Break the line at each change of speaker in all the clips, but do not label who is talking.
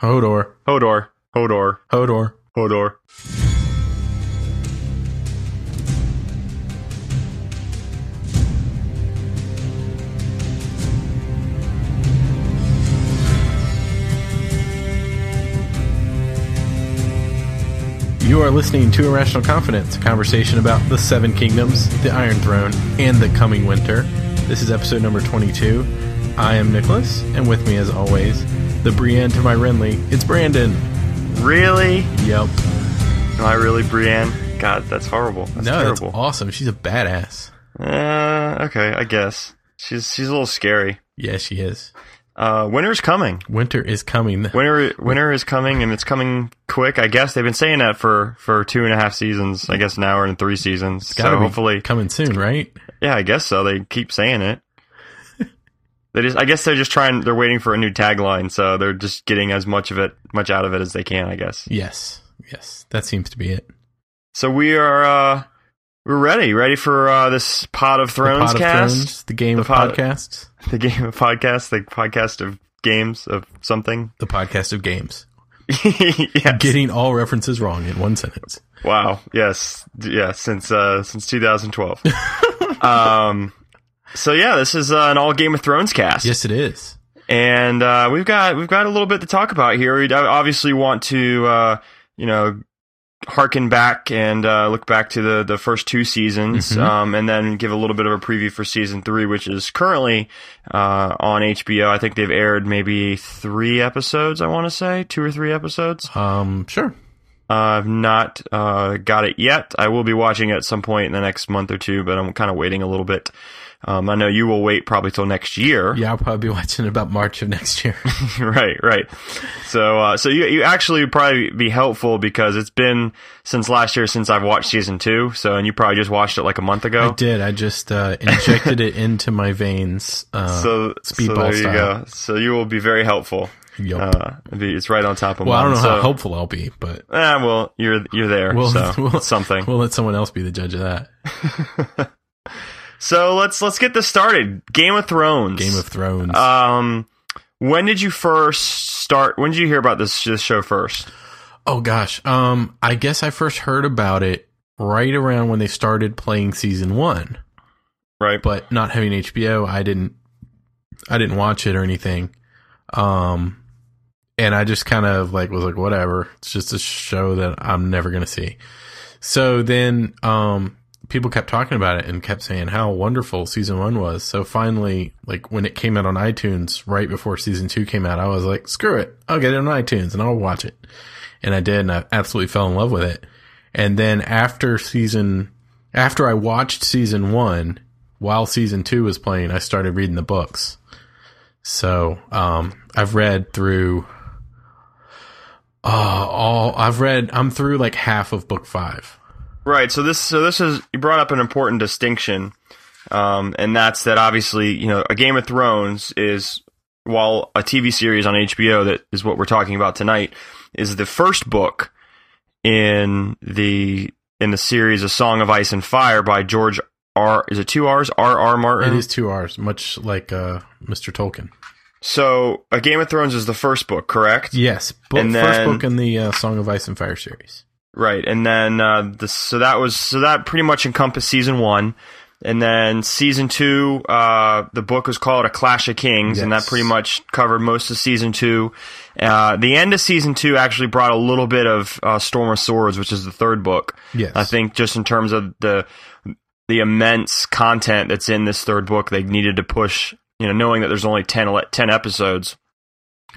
Hodor.
Hodor. Hodor.
Hodor.
Hodor.
You are listening to Irrational Confidence, a conversation about the Seven Kingdoms, the Iron Throne, and the coming winter. This is episode number 22. I am Nicholas, and with me, as always, the Brienne to my Renly, it's Brandon.
Really?
Yep.
Am I really Brienne? God, that's horrible. That's
no,
terrible.
that's awesome. She's a badass.
uh, okay, I guess. She's she's a little scary.
Yeah, she is.
Uh, winter's coming.
Winter is coming.
Winter winter is coming, and it's coming quick. I guess they've been saying that for for two and a half seasons. I guess now we're in three seasons.
Gotta
So
be
hopefully,
coming soon, right?
yeah, I guess so. They keep saying it. They just, I guess they're just trying. They're waiting for a new tagline, so they're just getting as much of it, much out of it as they can. I guess.
Yes, yes, that seems to be it.
So we are uh we're ready, ready for uh this Pod of
The
Thrones
Pod of
cast,
Thrones, the game
The
of
pod-
podcasts,
the game of podcast, the podcast of games of something.
the podcast of games.
yes.
Getting all references wrong in one sentence.
wow. Yes. D- Yeah, since uh since 2012. um so yeah, this is uh, an all Game of Thrones cast.
Yes, it is.
and uh, we've got we've got a little bit to talk about here. We obviously want to uh, you know harken back and uh, look back to the the first two seasons,
Mhm.
um, and then give a little bit of a preview for season three, which is currently uh, on HBO. I think they've aired maybe three episodes. I want to say two or three episodes.
Um, sure.
Uh, I've not uh, got it yet. I will be watching it at some point in the next month or two, but I'm kind of waiting a little bit. Um, I know you will wait probably till next year.
Yeah, I'll probably be watching about March of next year.
right, right. So, uh, so you you actually would probably be helpful because it's been since last year since I've watched season two. So, and you probably just watched it like a month
I
ago.
did. I just uh, injected it into my veins. Uh,
So, so
Speedball
there you
style.
go. So you will be very helpful.
yup.
Uh, it'd be- it's right on top of
well, I don't know
mine,
how
so-
helpful I'll be, but
Eh, well, you're you're there.
we'll,
so
we'll-
it's something.
We'll let someone else be the judge of that.
so let's let's get this started. Game of Thrones.
Game of Thrones.
Um, when did you first start? When did you hear about this this show first?
oh gosh. Um, I guess I first heard about it right around when they started playing season one.
Right.
but not having HBO, I didn't I didn't watch it or anything. Um and I just kind of like was like whatever. It's just a show that I'm never going to see. So then um people kept talking about it and kept saying how wonderful season 1 was. So finally like when it came out on iTunes right before season 2 came out, I was like screw it. I'll get it on iTunes and I'll watch it. And I did and I absolutely fell in love with it. And then after season after I watched season 1 while season two was playing, I started reading the books. So um, I've read through uh, all. I've read. I'm through like half of book five.
Right. So this so this is you brought up an important distinction, um, and that's that obviously you know a Game of Thrones is while a TV series on HBO that is what we're talking about tonight is the first book in the in the series A Song of Ice and Fire by George R. Is it two R's? R. R. Martin.
It is two hours, much like uh, Mr. Tolkien.
So a Game of Thrones is the first book, correct?
Yes, book,
And
first
then-
book in the uh, Song of Ice and Fire series.
Right, and then uh, the, so that was so that pretty much encompassed season one, and then season two, uh, the book was called A Clash of Kings, and that
Yes.
pretty much covered most of season two. Uh, the end of season two actually brought a little bit of uh, Storm of Swords, which is the third book.
Yes,
I think just in terms of the the immense content that's in this third book, they needed to push. You know, knowing that there's only 10, ele- 10 episodes,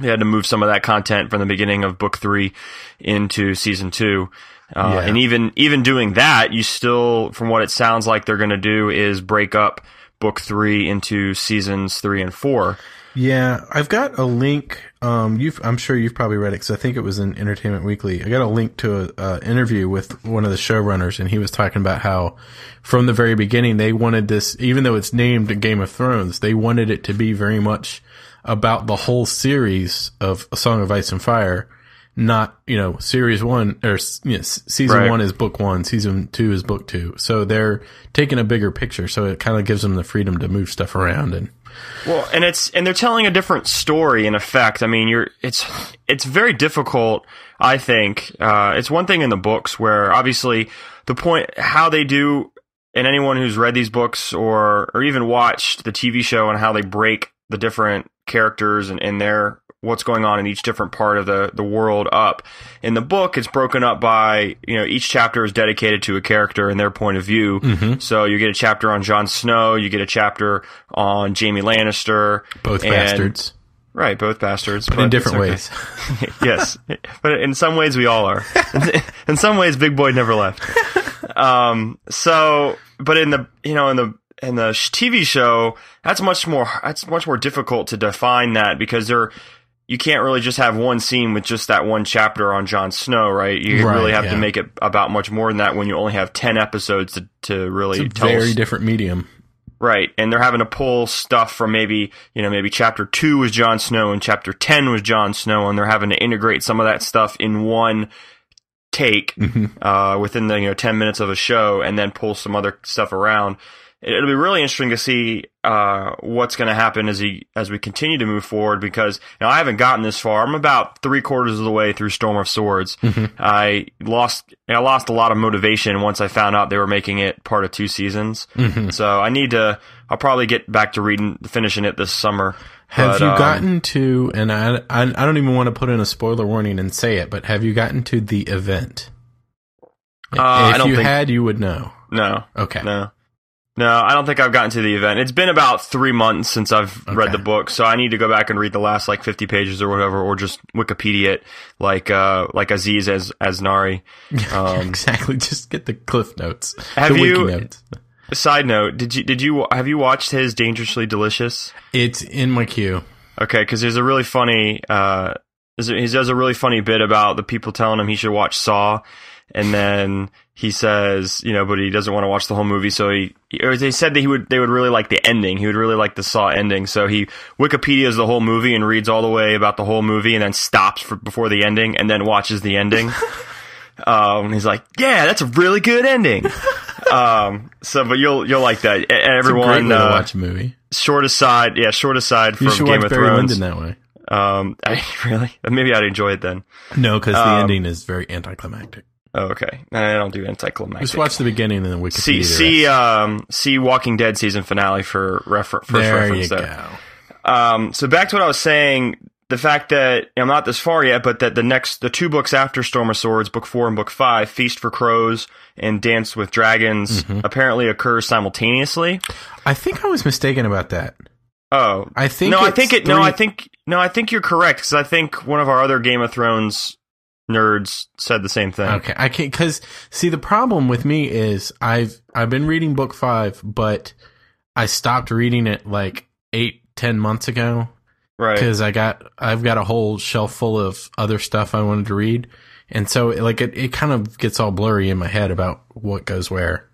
they had to move some of that content from the beginning of book three into season two. Uh,
Yeah.
And even even doing that, you still, from what it sounds like, they're going to do is break up book three into seasons three and four.
Yeah, I've got a link. Um, you've, I'm sure you've probably read it because I think it was in Entertainment Weekly. I got a link to a uh, interview with one of the showrunners, and he was talking about how, from the very beginning, they wanted this, even though it's named Game of Thrones, they wanted it to be very much about the whole series of A Song of Ice and Fire, not you know series one or you know, s- season
Right.
one is book one, season two is book two. So they're taking a bigger picture, so it kind of gives them the freedom to move stuff around and
Well, and it's and they're telling a different story in effect. I mean, you're it's it's very difficult. I think uh, it's one thing in the books where obviously the point how they do, and anyone who's read these books or or even watched the TV show and how they break the different characters and, and their what's going on in each different part of the the world up. In the book, it's broken up by you know each chapter is dedicated to a character and their point of view.
Mm-hmm.
So you get a chapter on Jon Snow, you get a chapter on Jamie Lannister,
Both
And-
bastards,
right? Both bastards,
but in different
it's
ways.
okay. yes, but in some ways we all are. in some ways, Big Boy never left. Um, so, but in the you know in the in the sh- TV show, that's much more that's much more difficult to define that because they're you can't really just have one scene with just that one chapter on Jon Snow, right? You
Right,
really have
yeah.
to make it about much more than that when you only have ten episodes to to really
It's a
tell
very
us-
different medium.
Right, and they're having to pull stuff from maybe you know maybe chapter two was Jon Snow and chapter ten was Jon Snow, and they're having to integrate some of that stuff in one take
Mhm.
uh, within the you know ten minutes of a show, and then pull some other stuff around. It- It'll be really interesting to see uh, what's going to happen as he as we continue to move forward because now I haven't gotten this far. I'm about three quarters of the way through Storm of Swords.
Mhm.
I lost I lost a lot of motivation once I found out they were making it part of two seasons.
Mhm.
So I need to. I'll probably get back to reading, finishing it this summer.
Have
But,
you
um,
gotten to? And I, I, I don't even want to put in a spoiler warning and say it, but have you gotten to the event?
Uh, I
if
don't
you
think-
had, you would know.
No,
Okay.
no, no. I don't think I've gotten to the event. It's been about three months since I've
Okay.
read the book, so I need to go back and read the last like fifty pages or whatever, or just Wikipedia it, like uh, like Aziz as as Nari. Um,
exactly. Just get the cliff notes.
Have
the
you-
Wiki notes.
side note: Did you did you have you watched his Dangerously Delicious?
It's in my queue.
Okay, because there's a really funny. Uh, there's a- he does a really funny bit about the people telling him he should watch Saw, and then he says, you know, but he doesn't want to watch the whole movie, so he. Or they said that he would. They would really like the ending. He would really like the Saw ending, so he Wikipedia's the whole movie and reads all the way about the whole movie, and then stops for, before the ending, and then watches the ending. um, and he's like, yeah, that's a really good ending. um, so, but you'll you'll like that. E-
It's a
Everyone,
great way to
uh,
watch a movie.
short aside, yeah, short aside from
You should
Game
watch
of
Barry
Thrones.
Lyndon that way.
Um, I really maybe I'd enjoy it then.
No, because the
Um,
ending is very anticlimactic.
Oh, okay, I don't do anticlimactic.
Just watch the beginning and then Wikipedia.
see
the
see
rest.
um see Walking Dead season finale for refer- uh, first
there you
reference there.
go.
Um, so back to what I was saying, the fact that I'm not this far yet, but that the next, the two books after Storm of Swords, book four and book five, Feast for Crows and Dance with Dragons,
Mm-hmm.
apparently occur simultaneously.
I think I was mistaken about that.
Oh,
I think
no, I
it's
think it. No,
three-
I think no, I think you're correct because I think one of our other Game of Thrones nerds said the same thing.
Okay, I can't because see the problem with me is I've I've been reading book five, but I stopped reading it like eight ten months ago
Right.
because I got I've got a whole shelf full of other stuff I wanted to read, and so like it it kind of gets all blurry in my head about what goes where.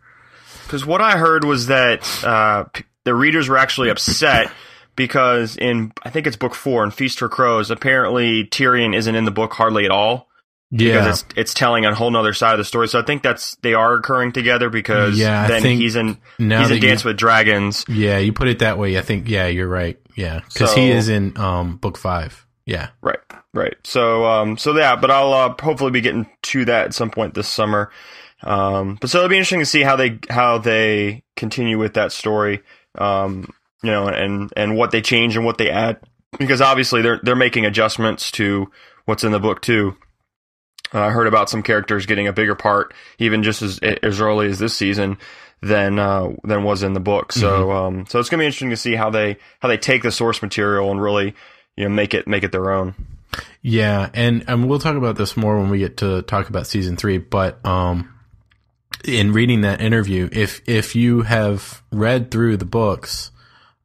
Because what I heard was that uh, p- the readers were actually upset because in I think it's book four in Feast for Crows, apparently Tyrion isn't in the book hardly at all because
Yeah,
it's it's telling a whole nother side of the story. So I think that's they are occurring together because
Yeah, I
then
think
he's in
now
he's
that
in
you-
Dance with Dragons.
yeah, you put it that way. I think yeah, you're right. Yeah, because he
So-
is in um book five. Yeah,
Right, right. So, um, so yeah, but I'll uh, hopefully be getting to that at some point this summer. Um, but so it'll be interesting to see how they how they continue with that story, um, you know, and and what they change and what they add, because obviously they're they're making adjustments to what's in the book too. Uh, I heard about some characters getting a bigger part, even just as as early as this season than uh, than was in the book. So, um, so it's gonna be interesting to see how they how they take the source material and really you know make it make it their own.
Yeah, and and we'll talk about this more when we get to talk about season three. But um, in reading that interview, if if you have read through the books,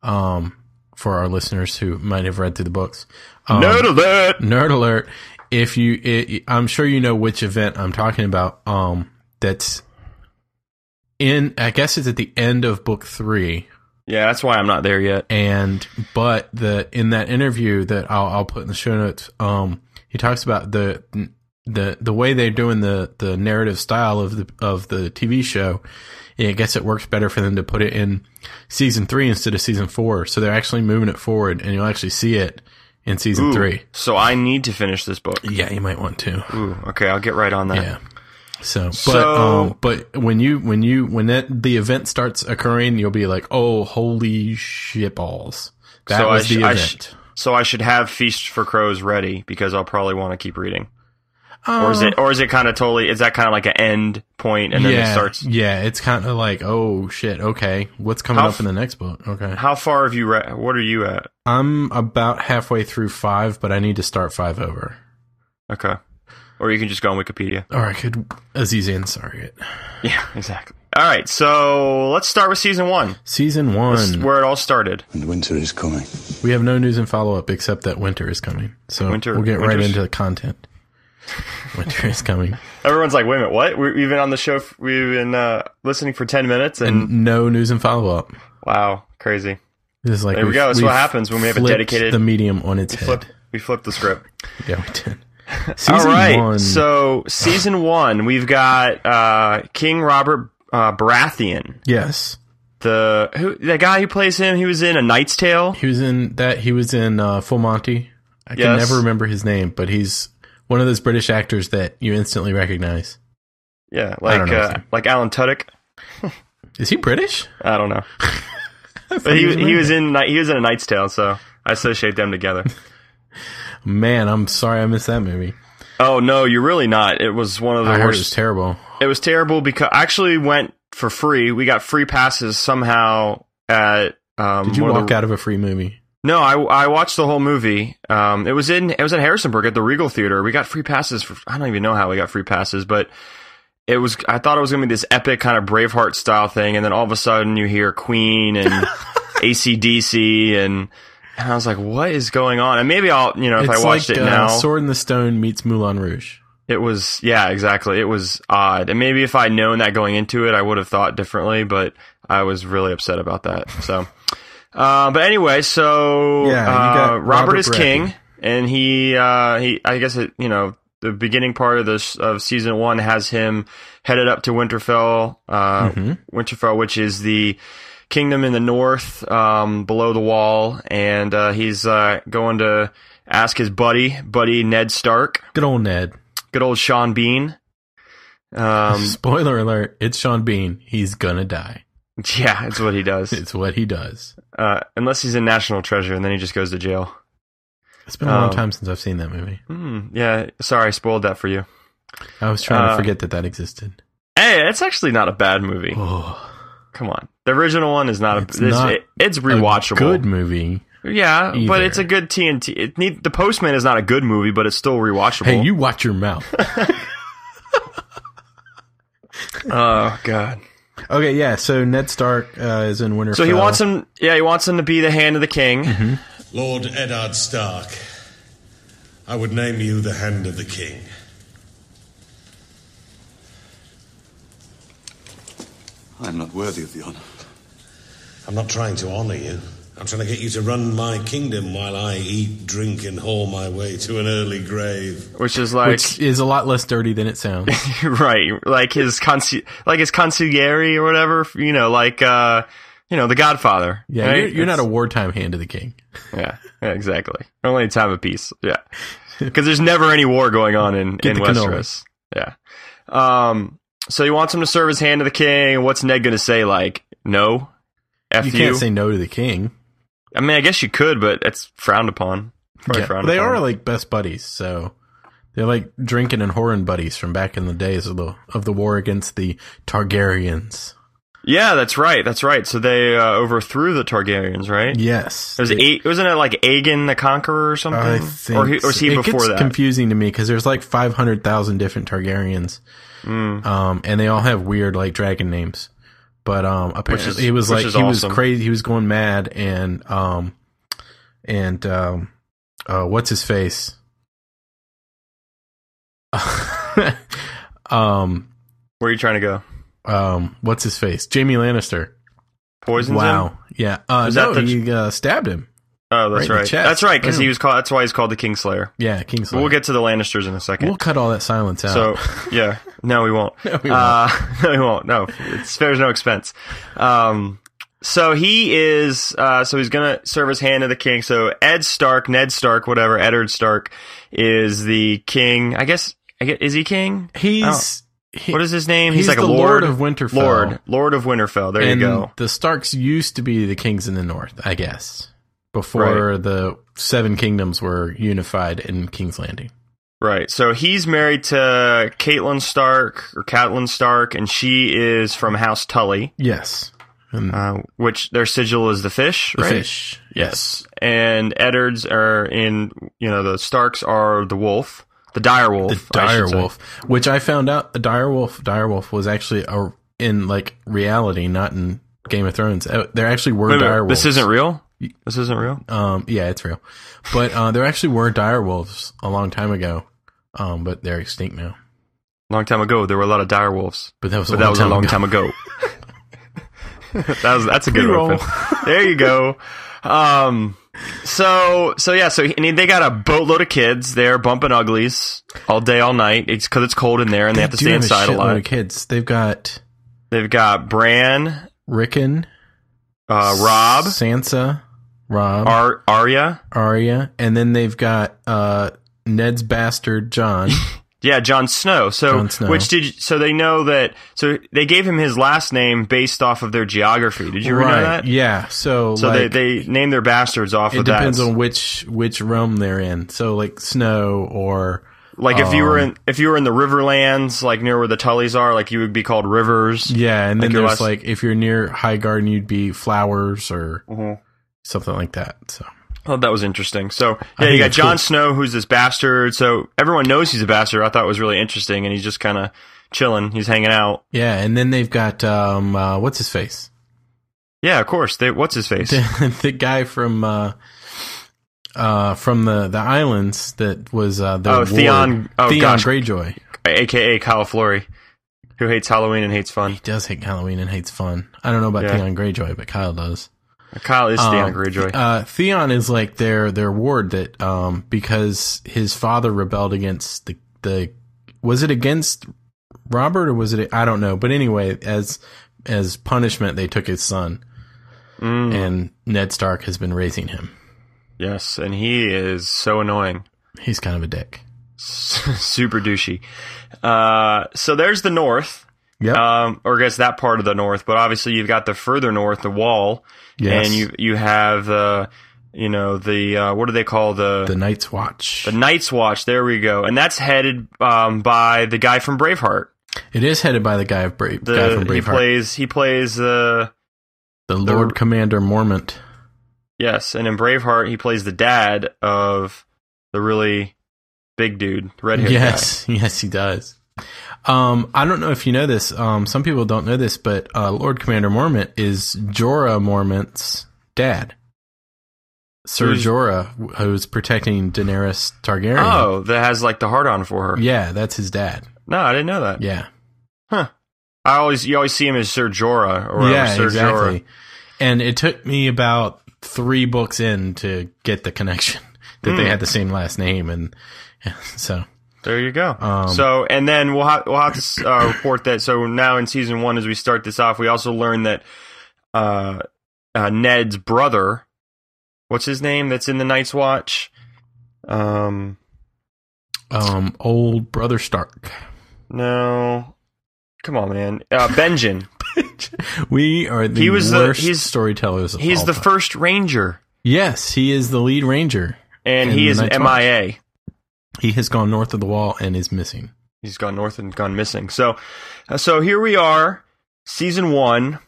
um, for our listeners who might have read through the books, um,
to that.
nerd alert! If you, it, I'm sure you know which event I'm talking about. Um, that's in. I guess it's at the end of book three
Yeah, that's why I'm not there yet.
and but the in that interview that I'll, I'll put in the show notes, um, he talks about the the the way they're doing the the narrative style of the of the TV show, I guess it works better for them to put it in season three instead of season four. So they're actually moving it forward, and you'll actually see it in season
Ooh,
three.
So I need to finish this book.
Yeah, you might want to.
Ooh, okay, I'll get right on that.
Yeah. So, but
So-
um, but when you when you when that the event starts occurring, you'll be like, oh, holy shit balls! That
So I
was
sh-
the
I
event.
sh- So I should have Feast for Crows ready because I'll probably want to keep reading. Or is
Um,
it or is it kind of totally is that kind of like an end point and then
yeah,
it starts
Yeah, it's kind of like, oh shit, okay, what's coming
How
up in the next book? Okay,
How far have you read? What are you at?
I'm about halfway through five, but I need to start five over.
Okay. Or you can just go on Wikipedia.
Or I could Aziz Ansari it.
Yeah, exactly. All right, so let's start with season one.
Season
This is
one,
where it all started.
and winter is coming.
we have no news and follow up except that winter is coming. So
Winter-
we'll get right
winter's-
into the content. Winter is coming.
Everyone's like, "Wait a minute, what? We- We've been on the show. f- We've been uh, listening for ten minutes, and,
And no news and follow up.
wow, crazy.
This is like
There we
we've-
go. That's what
we've
happens when we have a
flipped
dedicated-
the medium on its head.
Flip, we flipped the script.
Yeah, we did. Season
all right,
one.
so season one, we've got uh, King Robert uh, Baratheon,
yes,
the who, the guy who plays him. He was in A Knight's Tale.
he was in that. He was in uh, Full Monty. I can
Yes.
never remember his name, but he's one of those British actors that you instantly recognize.
Yeah, like
know his
uh,
name.
like Alan Tudyk.
Is he British?
I don't know.
I thought
But he, was- he
American.
was in he was in a Knight's Tale, so I associate them together.
Man, I'm sorry I missed that movie.
oh no, you're really not. It was one of the
I heard it was
worst.
terrible.
It was terrible because I actually went for free. We got free passes somehow at. Um,
Did you
one of
walk
the-
out of a free movie?
No, I, I watched the whole movie. Um, it was in it was in Harrisonburg at the Regal Theater. We got free passes for I don't even know how we got free passes, but it was I thought it was gonna be this epic kind of Braveheart style thing, and then all of a sudden you hear Queen and ACDC and and I was like, what is going on? And maybe I'll you know if
it's
I watched
like
it
uh,
now,
Sword in the Stone meets Moulin Rouge.
it was yeah exactly it was odd, and maybe if I'd known that going into it, I would have thought differently, but I was really upset about that. So. Uh, but anyway, so
Yeah, you got
uh, Robert,
Robert
is
Baratheon.
king, and he uh, he I guess it you know the beginning part of this of season one has him headed up to Winterfell, uh,
Mhm.
Winterfell, which is the kingdom in the north um, below the Wall, and uh, he's uh, going to ask his buddy, buddy Ned Stark,
Good old Ned.
good old Sean Bean. Um,
Spoiler alert: It's Sean Bean. He's gonna die.
yeah, that's what he does.
It's what he does.
Uh, unless he's in National Treasure, and then he just goes to jail.
It's been a long
Um,
time since I've seen that movie.
Hmm, yeah, sorry, I spoiled that for you.
I was trying
uh,
to forget that that existed.
Hey, it's actually not a bad movie.
Oh,
Come on, the original one is not a.
It's
It's,
not
it- it's
a
rewatchable.
good movie.
yeah, but
either.
it's a good TNT. It need, the Postman is not a good movie, but it's still rewatchable.
Hey, you watch your mouth.
Oh god.
okay, yeah. So Ned Stark uh, is in Winterfell.
So he wants him. Yeah, he wants him to be the hand of the king.
Mm-hmm.
Lord Edard Stark, I would name you the Hand of the King.
I am not worthy of the honor.
I'm not trying to honor you. I'm trying to get you to run my kingdom while I eat, drink, and haul my way to an early grave.
Which is like
which is a lot less dirty than it sounds.
right, like his conci- like his consigliere or whatever. You know, like uh, you know, the Godfather.
Yeah,
right?
you're, you're not a
It's-
wartime hand of the king.
Yeah, yeah, exactly. Only a time of peace. Yeah, because there's never any war going on in in
the
Westeros. Yeah. Um. So he wants him to serve his hand to the king. What's Ned gonna say? Like, no, f
You
you.
can't say no to the king.
I mean, I guess you could, but it's frowned upon. Probably
Yeah,
frowned
they
upon.
are like best buddies, so they're like drinking and whoring buddies from back in the days of the of the war against the Targaryens.
Yeah, that's right. That's right. So they uh, overthrew the Targaryens, right?
Yes,
It was
They-
eight, wasn't it like Aegon the Conqueror or something?
I think
or, he, or was he
so. it
before
gets
that?
confusing to me because there's like five hundred thousand different Targaryens,
Hmm.
um, and they all have weird like dragon names. But um, apparently
is-
he was
which
like
is
he
awesome.
was crazy. He was going mad, and um, and um, uh, what's his face? um,
Where are you trying to go?
um, what's his face? Jamie Lannister.
Poisons him?
Wow. Yeah. Uh,
Was
no,
that the-
he uh, stabbed him.
Oh,
Right
that's
in the
right.
chest.
That's right because
Boom.
he was called. That's why he's called the Kingslayer.
Yeah, Kingslayer.
But we'll get to the Lannisters in a second.
We'll cut all that silence out.
So yeah, no, we won't. no,
we
Uh, no, we won't. No, it's spares no expense. Um, so he is. Uh, so he's gonna serve his hand to the king. So Ed Stark, Ned Stark, whatever. Eddard Stark is the king. I guess. I guess is he king?
he's he-
oh. What is his name? He's,
he's
like
the
a lord,
Lord of Winterfell.
Lord, Lord of Winterfell. There
and
you go.
the Starks used to be the kings in the north, I guess, before the Seven Kingdoms were unified in King's Landing.
Right. So he's married to Caitlin Stark or Catelyn Stark, and she is from House Tully,
Yes, and
uh, which their sigil is the fish.
the
right?
fish. Yes,
and Eddards are in, you know, the Starks are the wolf, the dire wolf.
the
I should
dire
say.
wolf, which I found out the dire wolf, dire wolf was actually a, in like reality, not in Game of Thrones. Uh, There actually were
Wait a minute,
dire wolves.
this isn't real? This isn't real?
Um, yeah, it's real, but uh, there actually were dire wolves a long time ago, um, but they're extinct now.
Long time ago, there were a lot of dire wolves.
But that was a
But
long
that was a
time
long
ago.
time ago. that was, that's a good
Pre-roll.
one. There you go. Um, so, so yeah, so and they got a boatload of kids there bumping uglies all day, all night. It's because it's cold in there and they, have to
do
stay
have
inside a,
shitload
lot.
Of kids, they've got
They've got Bran,
Rickon,
uh, Rob,
Sansa, Rob,
Ar- Arya.
Arya, and then they've got uh, Ned's bastard John.
Yeah, Jon Snow. So,
Jon Snow.
which did you, so they know that? So they gave him his last name based off of their geography. Did you ever know that?
Yeah. So
So
like,
they they named their bastards off
it
of
depends
that.
on which which realm they're in. So like snow or
like if you were
Um,
in if you were in the Riverlands, like near where the Tullys are, like you would be called Rivers.
yeah, and then
Like your
there's
last-
like if you're near High Garden, you'd be flowers or
Mm-hmm.
something like that. So
Oh, that was interesting. So
I
yeah,
think
you got
that's
Jon
cool.
Snow, who's this bastard. So everyone knows he's a bastard. I thought it was really interesting, and he's just kind of chilling. He's hanging out.
yeah, and then they've got um uh, what's his face,
Yeah, of course. They, what's his face?
the guy from. uh uh, from the, the islands that was uh, the
Oh,
ward.
Theon- oh,
Theon
gosh.
Greyjoy.
AKA Califlori, who hates Halloween and hates fun.
does hate Halloween and hates fun. I don't know about
Yeah.
Theon Greyjoy, but Kyle does.
Kyle is Theon
Um,
Greyjoy.
Uh, Theon is like their their ward that um because his father rebelled against the the was it against Robert or was it I don't know, but anyway, as as punishment they took his son.
Mm.
And Ned Stark has been raising him.
Yes, and he is so annoying.
He's kind of a dick.
Super douchey. Uh, so there's the north,
Yeah.
um, or I guess that part of the north, but obviously you've got the further north, the wall,
Yes.
and you you have, uh, you know, the, uh, what do they call the,
the Night's Watch.
the Night's Watch? There we go. And that's headed um, by the guy from Braveheart.
it is headed by the guy of Brave
The,
guy from
He
Braveheart.
plays, he plays, uh,
The Lord Commander Mormont.
yes, and in Braveheart, he plays the dad of the really big dude, red haired
Yes, yes, he does. Um, I don't know if you know this. Um, some people don't know this, but uh, Lord Commander Mormont is Jorah Mormont's dad, Sir
Who's-
Jorah, wh- who's protecting Daenerys Targaryen.
Oh, that has like the heart on for her.
yeah, that's his dad.
No, I didn't know that.
Yeah,
I always you always see him as Sir Jorah or whatever,
yeah,
Sir
exactly.
Jorah.
And it took me about three books in to get the connection that they
Hmm.
had the same last name, and so
There you go.
Um,
so, and then we'll ha- we'll have to s- uh, report that. So now in season one, as we start this off, we also learn that uh, uh, Ned's brother, what's his name? That's in the Night's Watch. Um,
um, old brother Stark.
no, come on, man. Uh, Benjen.
we are the
He was the-
worst
he's-
storytellers. Of
He's
all
the
time.
first Ranger,
Yes, he is the lead ranger.
and
In
he
the
is an
Night's
MIA.
He has gone north of the wall and is missing.
he's gone north and gone missing. So, uh, so here we are, season one.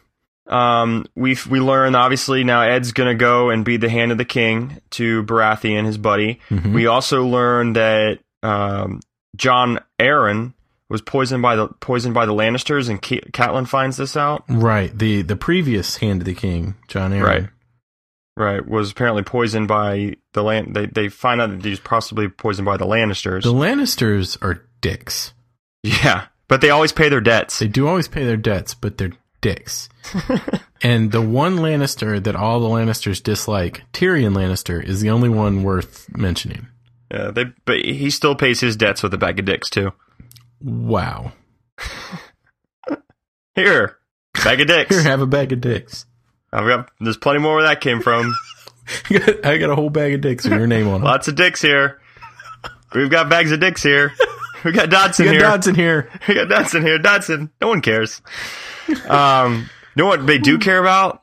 Um, we we learn obviously now Ed's gonna go and be the hand of the king to Baratheon, his buddy.
Mhm.
We also learn that um, John Aaron was poisoned by the poisoned by the Lannisters, and Ca- Catelyn finds this out.
Right. The the previous hand of the king, John Aaron.
Right. Right, was apparently poisoned by the land. They they find out that he's possibly poisoned by the Lannisters.
The Lannisters are dicks.
yeah, but they always pay their debts.
They do always pay their debts, but they're dicks. And the one Lannister that all the Lannisters dislike, Tyrion Lannister, is the only one worth mentioning.
Yeah, they, but he still pays his debts with a bag of dicks too.
Wow.
Here, bag of dicks.
Here, have a bag of dicks.
I've got there's plenty more where that came from.
I got, I got a whole bag of dicks with your name on it.
Lots of dicks here. We've got bags of dicks here. We got Dodson
You
here.
got dots in here.
We got Dodson here. Dodson. No one cares. Um, you know what they do care about?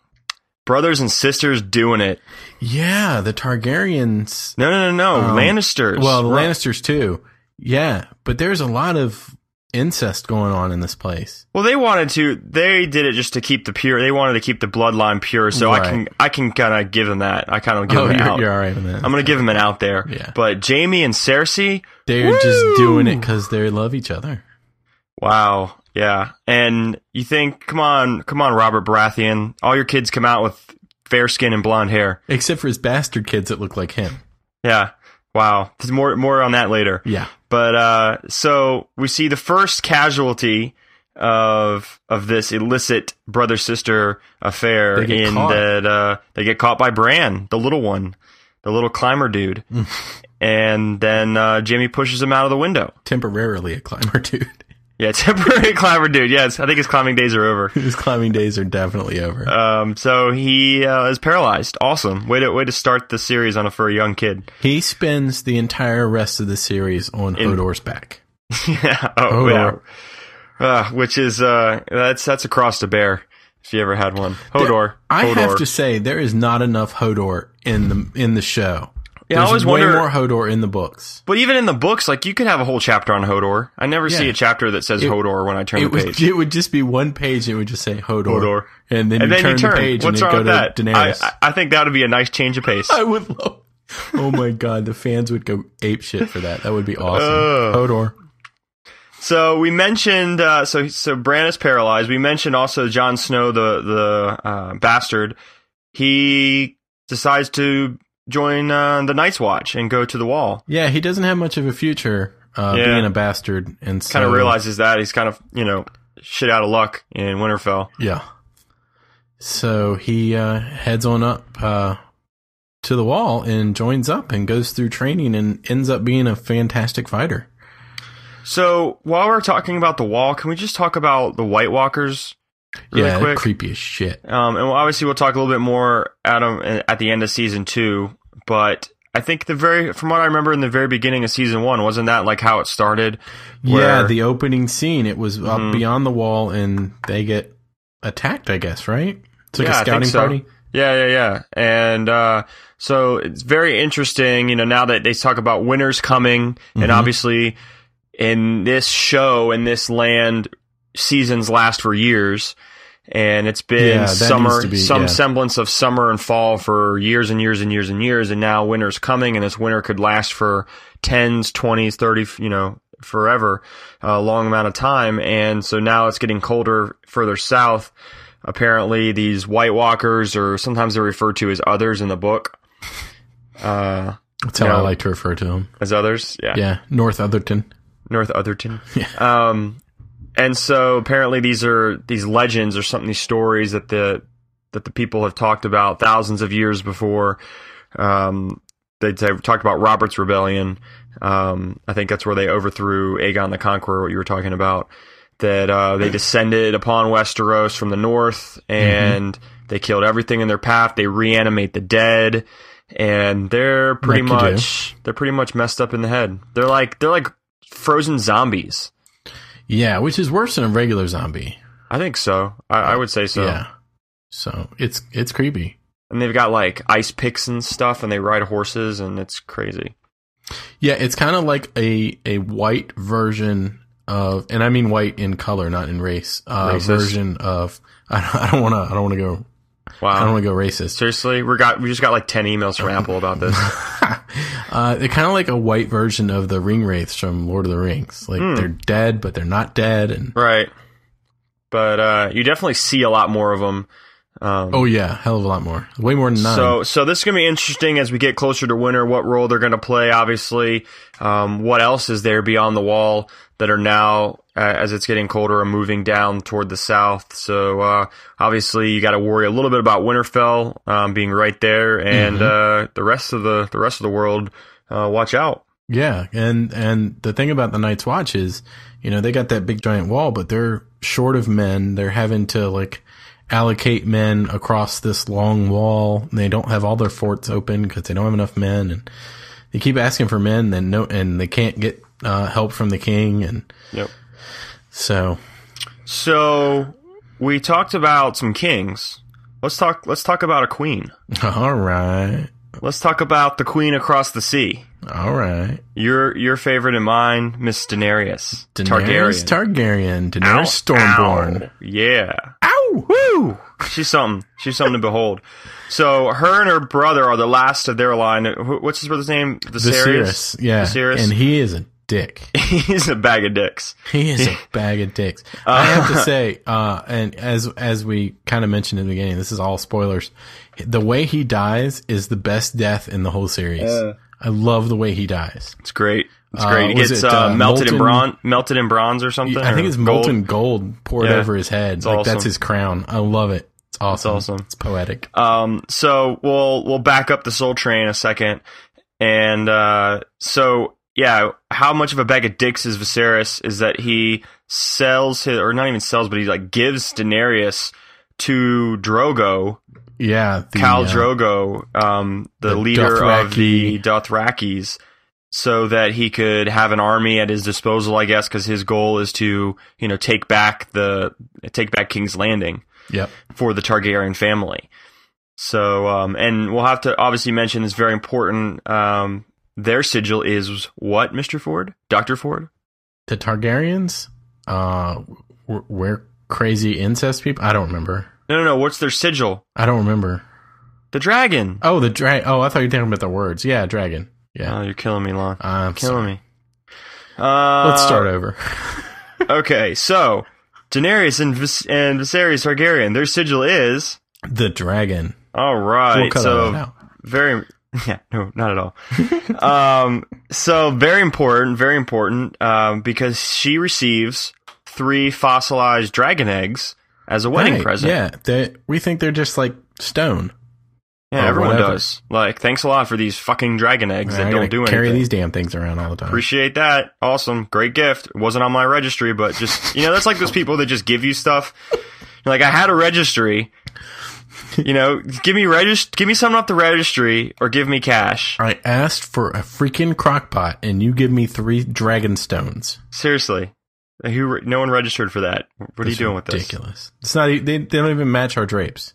Brothers and sisters doing it.
Yeah, the Targaryens.
No, no, no, no. Lannisters.
Oh. Well, the
Right.
Lannisters too. Yeah, but there's a lot of incest going on in this place.
Well, they wanted to. They did it just to keep the pure. They wanted to keep the bloodline pure. So I can,
Right.
I can kind of give them that. I kind of give
Oh,
them an
you're,
out.
you're all right with that.
I'm gonna give them an out there.
Yeah.
But Jamie and Cersei.
They're just doing it because they love each other.
Wow. Yeah. And you think, come on, come on, Robert Baratheon. All your kids come out with fair skin and blonde hair.
Except for his bastard kids that look like him.
Yeah. Wow. There's more more on that later.
Yeah.
But uh, so we see the first casualty of of this illicit brother sister affair
They get
in
caught.
that uh, they get caught by Bran, the little one, the little climber dude,
Mm.
and then uh, Jimmy pushes him out of the window.
Temporarily a climber dude.
Yeah, temporary climber dude. Yes, I think his climbing days are over.
His climbing days are definitely over.
Um, so he uh, is paralyzed. Awesome way to way to start the series on a for a young kid.
he spends the entire rest of the series on Hodor's back.
yeah. Oh, yeah.
Hodor.
Uh, which is uh, that's that's across the bear if you ever had one. Hodor.
I
Hodor.
have to say, there is not enough Hodor in the in the show.
Yeah, I
There's
always
way
wonder-
more Hodor in the books.
But even in the books, like you could have a whole chapter on Hodor. I never see
Yeah.
a chapter that says Hodor when I turn the
It would,
page.
it would just be one page and it would just say Hodor.
Hodor.
And then
and
you
then
turn,
you turn.
the page
What's
and
wrong
it go
with
to
that? I,
Daenerys.
I- I think that would be a nice change of pace.
I would love. Oh my god, the fans would go ape shit for that. That would be awesome. Hodor.
So we mentioned uh, so so Bran is paralyzed. We mentioned also Jon Snow, the the uh, bastard. He decides to join uh, the Night's Watch and go to the Wall.
Yeah, he doesn't have much of a future uh,
Yeah.
being a bastard, and so,
Kind of realizes that he's kind of you know shit out of luck in Winterfell.
Yeah. So he uh, heads on up uh, to the wall and joins up and goes through training and ends up being a fantastic fighter.
So while we're talking about the Wall, can we just talk about the White Walkers really
yeah,
quick?
creepy as shit.
Um, and obviously, we'll talk a little bit more at um, at the end of season two. But I think the very, from what I remember in the very beginning of season one, wasn't that like how it started?
yeah,
Where- Mm-hmm.
the opening scene it was up beyond the wall and they get attacked. I guess right. It's like
Yeah, I
a
think
scouting
so.
party.
Yeah, yeah, yeah. And uh, so it's very interesting, you know, now that they talk about winners coming, and obviously in this show, in this land, seasons last for years. And it's been
Yeah, that needs
summer,
to be-
some
yeah.
semblance of summer and fall for years and years and years and years. And now winter's coming, and this winter could last for tens, twenties, thirty, you know, forever, a long amount of time. And so now it's getting colder further south apparently these White Walkers, or sometimes they're referred to as others in the book, uh,
That's how I
No.
like to refer to them.
as others, yeah,
Yeah, North Otherton.
North Otherton. Um, and so apparently these are these legends or something, these stories that the that the people have talked about thousands of years before. Um, they they talked about Robert's Rebellion. Um, I think that's where they overthrew Aegon the Conqueror. What you were talking about, that uh, they descended upon Westeros from the north and they killed everything in their path. They reanimate the dead, and they're pretty
Like you do.
much they're pretty much messed up in the head. They're like they're like frozen zombies.
Yeah, which is worse than a regular zombie.
I think so. I, I would say so.
Yeah. So it's it's creepy.
And they've got like ice picks and stuff, and they ride horses, and it's crazy.
Yeah, it's kind of like a a white version of, and I mean white in color, not in race. Uh,
Racist.
version of. I don't want to. I don't want to go. I don't
Wow.
want to go racist.
Seriously, we got we just got like ten emails from Apple about this.
Uh, they're kind of like a white version of the ring wraiths from Lord of the Rings.
Hmm.
Like they're dead, but they're not dead, and
Right. But uh, you definitely see a lot more of them Um,
Oh yeah, hell of a lot more. Way more than nine.
So, so this is gonna be interesting as we get closer to winter. What role they're gonna play? Obviously, um, what else is there beyond the wall that are now, uh, as it's getting colder, are moving down toward the south. So, uh, obviously, you got to worry a little bit about Winterfell um, being right there, and uh, the rest of the the rest of the world. Uh, watch out.
Yeah, and and the thing about the Night's Watch is, you know, they got that big giant wall, but they're short of men. They're having to like allocate men across this long wall. and They don't have all their forts open because they don't have enough men, and they keep asking for men, then no, and they can't get uh, help from the king, and
Yep.
so
So, we talked about some kings. Let's talk. Let's talk about a queen.
all right,
Let's talk about the queen across the sea.
all right,
Your your favorite and mine, Miss Daenerys,
Daenerys Targaryen,
Targaryen.
Daenerys Stormborn.
Ow. Yeah,
Ow, woo!
she's something. She's something to behold. So her and her brother are the last of their line. Wh- What's his brother's name?
Viserys, yeah,
Viserys.
and he is a dick.
He's a bag of dicks.
He is a bag of dicks. I have to say, uh, and as as we kind of mentioned in the beginning, this is all spoilers. The way he dies is the best death in the whole series.
Uh.
I love the way he dies.
It's great. It's
Uh,
great. He
was
gets
it,
uh,
uh,
melted
molten-
in bronze, melted in bronze or something.
I think
or
it's
gold.
molten gold poured
Yeah.
over his head. like
awesome.
that's his crown. I love it. It's awesome.
awesome.
It's poetic.
Um, so we'll we'll back up the Soul Train a second, and uh, so yeah, how much of a bag of dicks is Viserys? Is that he sells his, or not even sells, but he like gives Daenerys to Drogo,
yeah. The,
Cal
uh,
Drogo, um, the,
the
leader of
Dothraki.
the Dothrakis, so that he could have an army at his disposal, I guess, because his goal is to you know take back the take back King's Landing
Yep.
for the Targaryen family. So, um, and we'll have to obviously mention this very important. Um, their sigil is what, Mister Ford, Doctor Ford?
The Targaryens, uh, were, were crazy incest people. I don't remember.
No, no, no. What's their sigil?
I don't remember.
The dragon.
Oh, the dragon. Oh, I thought you were talking about the words. Yeah, dragon. Yeah.
Oh, you're killing me, Lon.
I'm
killing
sorry.
me. Uh,
Let's start over.
Okay, so Daenerys and Vis- and Viserys Targaryen, their sigil is
The dragon.
all
We'll
right.
cut all
so
that out.
very yeah no not at all um so very important very important um because she receives three fossilized dragon eggs as a wedding
Right,
present
Yeah, they, we think they're just like stone.
Yeah,
Or
everyone
Oh, whatever.
does like thanks a lot for these fucking dragon eggs
I
that
gotta
don't do
carry
anything
these damn things around all the time.
appreciate that awesome great gift It wasn't on my registry but just you know that's like those people that just give you stuff You're like i had a registry you know give me regist- give me something off the registry or give me cash
I asked for a freaking crock pot, and you give me three dragon stones.
Seriously, who? re- No one registered for that. What are you
It's
doing with this?
Ridiculous. It's not. e- They, they don't even match our drapes.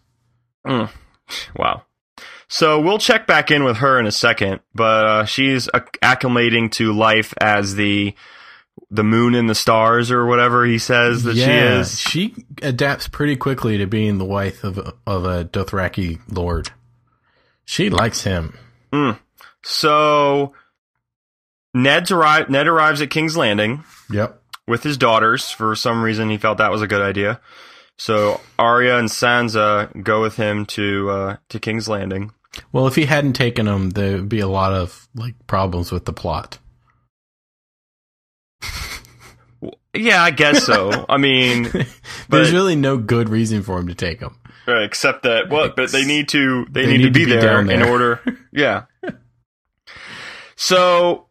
Wow. So we'll check back in with her in a second, but uh, she's acc- acclimating to life as the the moon and the stars, or whatever he says that she is.
she adapts pretty quickly to being the wife of a- of a Dothraki lord. She likes him.
So Ned's arri- Ned arrives at King's Landing
Yep.
with his daughters. For some reason, he felt that was a good idea. So Arya and Sansa go with him to uh, to King's Landing.
Well, if he hadn't taken them, there would be a lot of like problems with the plot.
Yeah, I guess so. I mean,
There's really no good reason for him to take them.
Right, Uh, except that what? But they need to. They, need, to be, there,
down
in
there.
order. Yeah. so,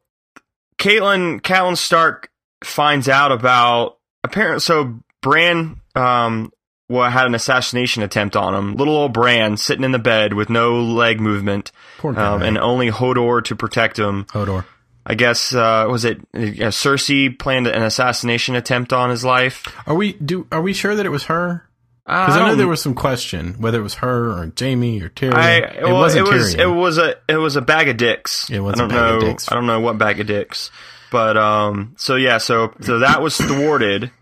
Caitlin Catelyn Stark finds out about apparently. So Bran, um, well, had an assassination attempt on him. Little old Bran sitting in the bed with no leg movement,
Poor guy.
um, and only Hodor to protect him.
Hodor.
I guess uh, was it uh, Cersei planned an assassination attempt on his life?
Are we do? Are we sure that it was her?
Uh,
Because I, know there was some question whether it was her or Jamie or Tyrion.
I, well,
it wasn't
it was,
Tyrion.
it was a it was a bag of dicks.
It was
I
a
don't
bag
know.
of dicks.
I don't know what bag of dicks. But um, so yeah, so so that was thwarted.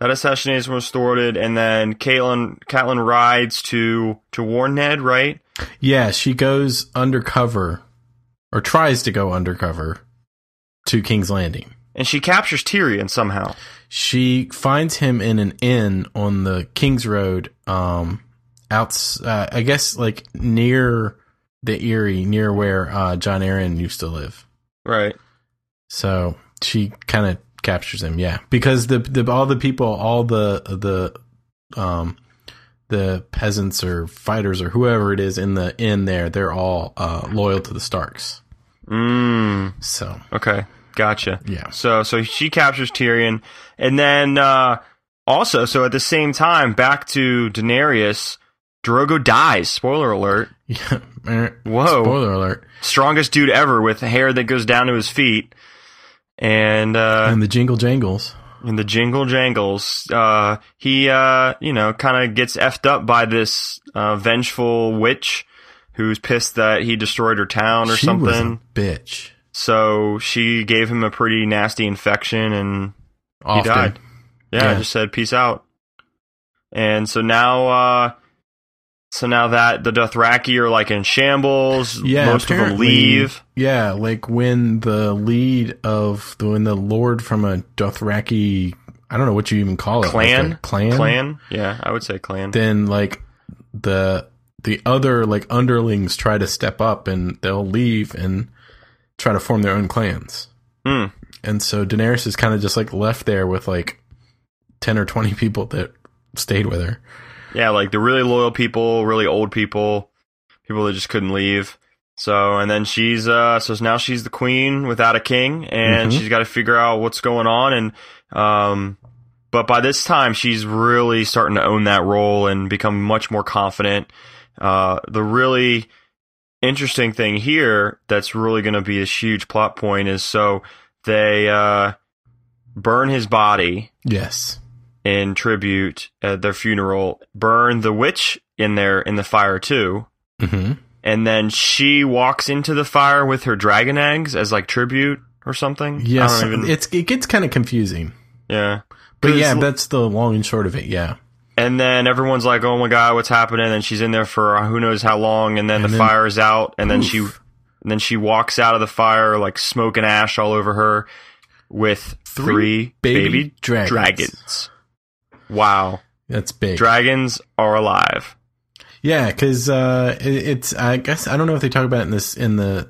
That assassination was thwarted, and then Caitlin Catelyn rides to to warn Ned, right?
yeah, she goes undercover, or tries to go undercover, to King's Landing.
And she captures Tyrion somehow.
She finds him in an inn on the King's Road, um, outs uh, I guess like near the Erie, near where uh, John Aaron used to live.
Right.
So she kind of captures him, yeah, because the, the all the people, all the the um the peasants or fighters or whoever it is in the in there, they're all uh, loyal to the Starks.
Mm.
So
Okay. Gotcha.
Yeah.
So so she captures Tyrion, and then uh, also so at the same time back to Daenerys. Drogo dies. Spoiler alert.
yeah, eh,
Whoa.
Spoiler alert!
Strongest dude ever with hair that goes down to his feet, and uh,
and the jingle jangles.
in the jingle jangles. Uh, he, uh, you know, kind of gets effed up by this uh, vengeful witch who's pissed that he destroyed her town or
she
something.
was a bitch.
so she gave him a pretty nasty infection and
Often.
he died. Yeah,
Yeah.
just said peace out. And so now, uh, so now that the Dothraki are like in shambles,
Yeah,
most of them
apparently-
leave.
Yeah, like when the lead of the when the lord from a Dothraki, I don't know what you even call it, like
Clan?
a clan,
Clan? Yeah, I would say clan.
Then like the the other like underlings try to step up and they'll leave and try to form their own clans.
Hmm.
And so Daenerys is kind of just like left there with like ten or twenty people that stayed with her.
Yeah, like the really loyal people, really old people, people that just couldn't leave. So and then she's uh so now she's the queen without a king and
Mhm.
she's got to figure out what's going on and um but by this time she's really starting to own that role and become much more confident. Uh the really interesting thing here that's really going to be a huge plot point is so they uh burn his body
Yes.
in tribute at their funeral burn the witch in there in the fire too
hmm
and then she walks into the fire with her dragon eggs as like tribute or something
Yes.
I don't even,
It's it gets kind of confusing,
yeah
but
'Cause-
yeah, that's the long and short of it. Yeah.
and then everyone's like oh my god what's happening and she's in there for uh, who knows how long and then
And
the
then-
fire is out and then she and
Oof.
then she walks out of the fire like smoke and ash all over her with three, baby,
dragons.
dragons wow
That's big.
dragons are alive
Yeah, because uh, it, it's I guess I don't know if they talk about it in this in the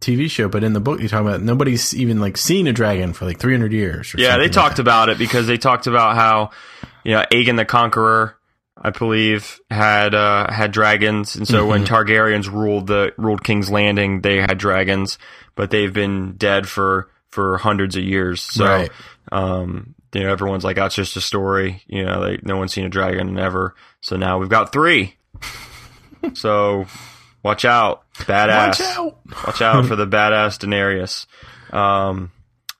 TV show, but in the book they talk about nobody's even like seen a dragon for like 300 years. Or
Yeah,
something
they
like
talked
that.
about it because they talked about how you know Aegon the Conqueror, I believe, had uh, had dragons, and so
Mm-hmm.
when Targaryens ruled the ruled King's Landing, they had dragons, but they've been dead for for hundreds of years. So,
Right.
um, you know, everyone's like, "That's just a story." You know, like no one's seen a dragon ever. So now we've got three. so, watch out, badass.
Watch out!
Watch out for the badass Daenerys. Um,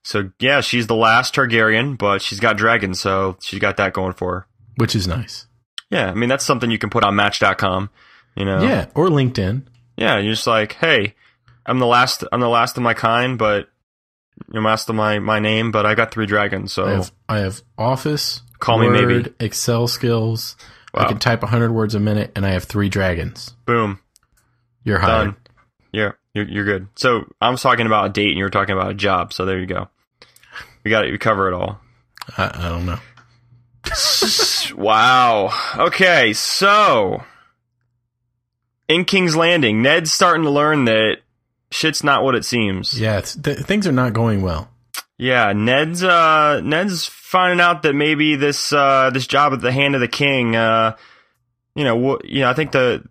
so yeah, she's the last Targaryen, but she's got dragons, so she's got that going for her.
Which is nice.
Yeah, I mean that's something you can put on Match.com. You know,
Yeah, or LinkedIn.
yeah. You're just like, hey, I'm the last. I'm the last of my kind, but you're last of my my name. But I got three dragons, so
I have I have Office,
Oh. Call me
Word,
maybe.
Excel skills.
Wow.
I can type 100 words a minute, and I have three dragons.
boom,
You're hired.
done. Yeah, you're you're good. So I was talking about a date, and you were talking about a job. So there you go. We got it. We cover it all.
I, I don't know.
Wow. Okay, so in King's Landing, Ned's starting to learn that shit's not what it seems.
Yeah, it's, th- things are not going well.
Yeah, Ned's uh Ned's finding out that maybe this uh this job at the hand of the king uh you know, what you know, I think the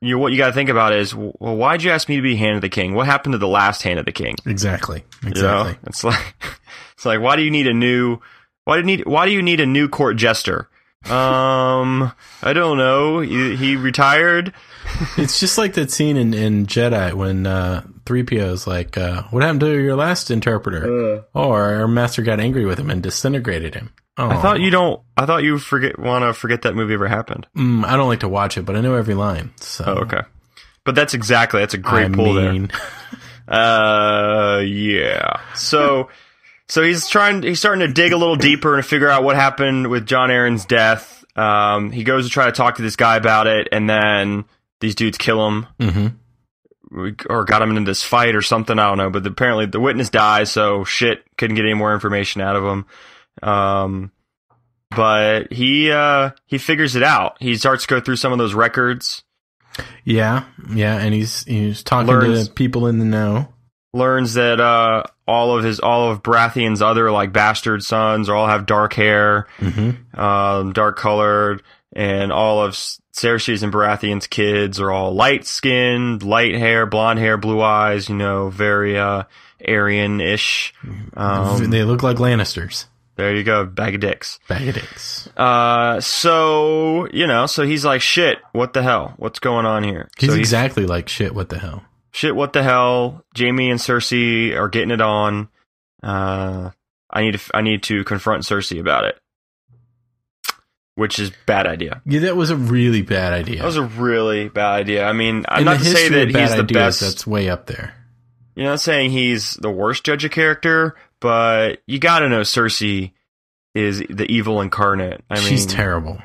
you know, what you got to think about is well, why'd you ask me to be hand of the king? What happened to the last hand of the king?
Exactly.
You know?
Exactly.
It's like it's like why do you need a new why do you need why do you need a new court jester? Um, I don't know. He, he retired.
It's just like that scene in, in Jedi when uh, 3PO is like, uh, What happened to your last
Uh.
interpreter? or our master got angry with him and disintegrated him. Oh,
I thought you don't. I thought you forget want to forget that movie ever happened.
Mm, I don't like to watch it, but I know every line. So
Oh, okay. But that's exactly that's a great
I
pull there.
mean,
Uh, yeah. So, so he's trying. He's starting to dig a little deeper and figure out what happened with John Aaron's death. Um, he goes to try to talk to this guy about it, and then these dudes kill him.
Mhm.
or got him into this fight or something. I don't know, but apparently the witness dies, so shit couldn't get any more information out of him. Um, but he uh, he figures it out. He starts to go through some of those records,
Yeah, yeah, and he's he's talking
Learns-
to people in the know.
learns that uh, all of his all of Baratheon's other like bastard sons are all have dark hair,
hmm
um, dark colored, and all of S- Cersei's and Baratheon's kids are all light skinned, light hair, blonde hair, blue eyes. You know, very uh, Aryan ish. Um,
they look like Lannisters.
there you go, bag of dicks.
Bag of dicks.
Uh, so you know, so he's like, "Shit, what the hell? What's going on here?"
He's
so he's-
exactly like shit. What the hell?
shit, what the hell? Jamie and Cersei are getting it on. Uh, I need to, I need to confront Cersei about it, which is bad idea.
Yeah, that was a really bad idea.
That was a really bad idea. I mean, I'm
In
not
the
to say
history
that
of bad
he's the
ideas,
best.
That's way up there.
You're not saying he's the worst judge of character, but you got to know Cersei is the evil incarnate. I
She's
mean,
terrible.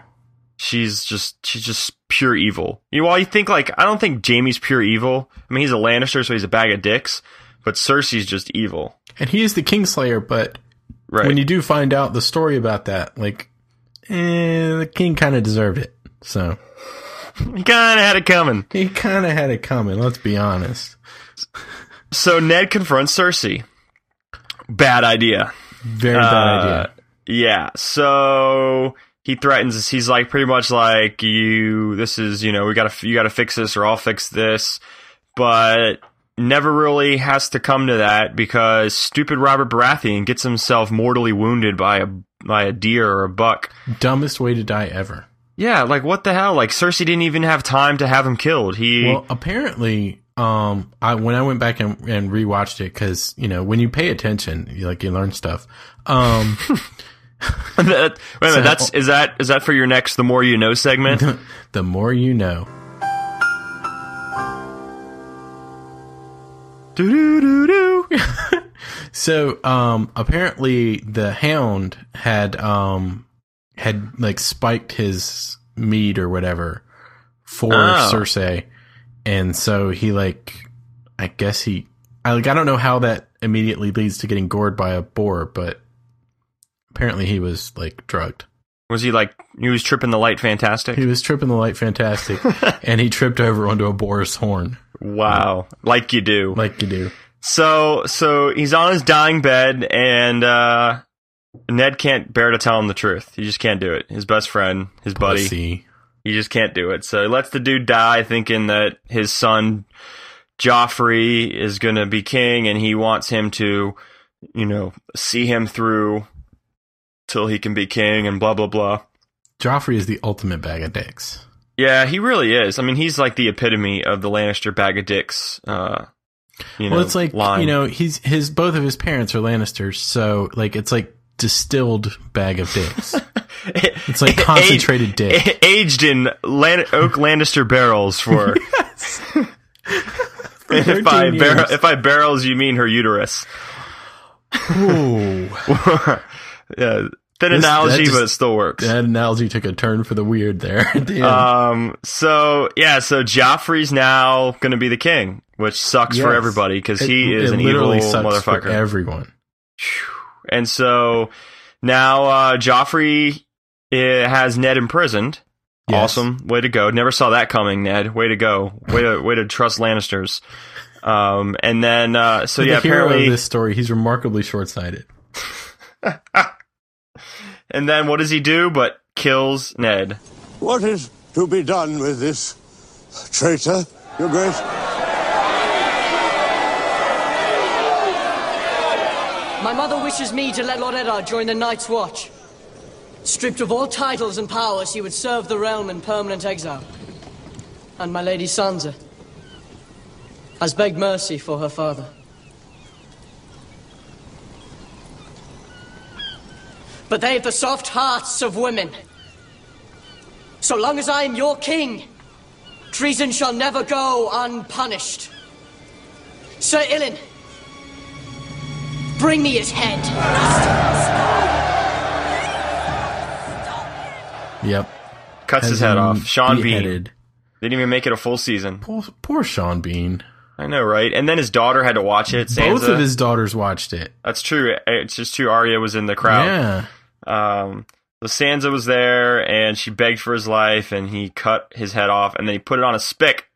she's just she's just pure evil. You know, while you think like I don't think Jamie's pure evil. I mean, he's a Lannister, so he's a bag of dicks. But Cersei's just evil,
And he is the Kingslayer, but
right?
when you do find out the story about that, like, eh, the king kind of deserved it. So
he kind of had it coming.
he kind of had it coming. Let's be honest.
So Ned confronts Cersei. Bad idea.
Very bad
Uh,
idea.
Yeah. So he threatens. He's like pretty much like you. This is you know we got to you got to fix this or I'll fix this. But never really has to come to that because stupid Robert Baratheon gets himself mortally wounded by a by a deer or a buck.
Dumbest way to die ever.
Yeah, like what the hell? Like Cersei didn't even have time to have him killed. He
Well, apparently, um, I when I went back and, and rewatched it because you know when you pay attention, you like you learn stuff. Um,
that, wait a minute.
So-
That's is that is that for your next the more you know segment?
the more you know.
do do do do.
So, um, apparently the hound had, um, had like spiked his meat or whatever for
Oh.
Cersei. And so he like, I guess he, I like, I don't know how that immediately leads to getting gored by a boar, but apparently he was like drugged.
Was he like he was tripping the light? Fantastic.
He was tripping the light fantastic and he tripped over onto a boar's horn
Wow, like you do.
like you do.
So, so he's on his dying bed, and uh, Ned can't bear to tell him the truth. He just can't do it. His best friend, his buddy,
Pussy.
he just can't do it. So he lets the dude die, thinking that his son Joffrey is going to be king, and he wants him to, you know, see him through till he can be king, and blah blah blah.
Joffrey is the ultimate bag of dicks.
Yeah, he really is. I mean, he's like the epitome of the Lannister bag of dicks. Uh, you know,
well, it's like
line.
you know, he's his both of his parents are Lannisters, so like it's like distilled bag of dicks. It's like concentrated dick.
aged in Lan- oak Lannister barrels for. And if
13
I barrel,
years.
if I barrels, you mean her uterus.
Ooh,
yeah, thin analogy,
just-
but it still works.
that analogy took a turn for the weird there.
Uh,
Damn.
Um. So yeah. So Joffrey's now going to be the king, which sucks for
Yes.
everybody because
It-
he is
it
an
literally
evil
sucks for
motherfucker.
everyone.
And so now uh, Joffrey uh, has Ned imprisoned.
Yes.
Awesome, way to go! Never saw that coming, Ned. Way to go! Way to way to trust Lannisters. Um, and then uh, so
the
yeah,
hero
apparently,
of this story, he's remarkably short-sighted.
and then what does he do? But kills Ned.
What is to be done with this traitor, Your Grace?
My mother wishes me to let Loretta join the Night's Watch. Stripped of all titles and powers, she would serve the realm in permanent exile. And my lady Sansa has begged mercy for her father. But they have the soft hearts of women. So long as I am your king, treason shall never go unpunished. Sir Ilin, bring me his head.
Yep.
Cuts
Has
his head
him
off. Sean Bean
beheaded.
didn't even make it a full season.
Poor, poor Sean Bean.
I know, right? And then his daughter had to watch it. Sansa.
Both of his daughters watched it.
That's true. It's just true. Arya was in the crowd.
Yeah.
Um, Sansa was there, and she begged for his life, and he cut his head off, and then he put it on a spick.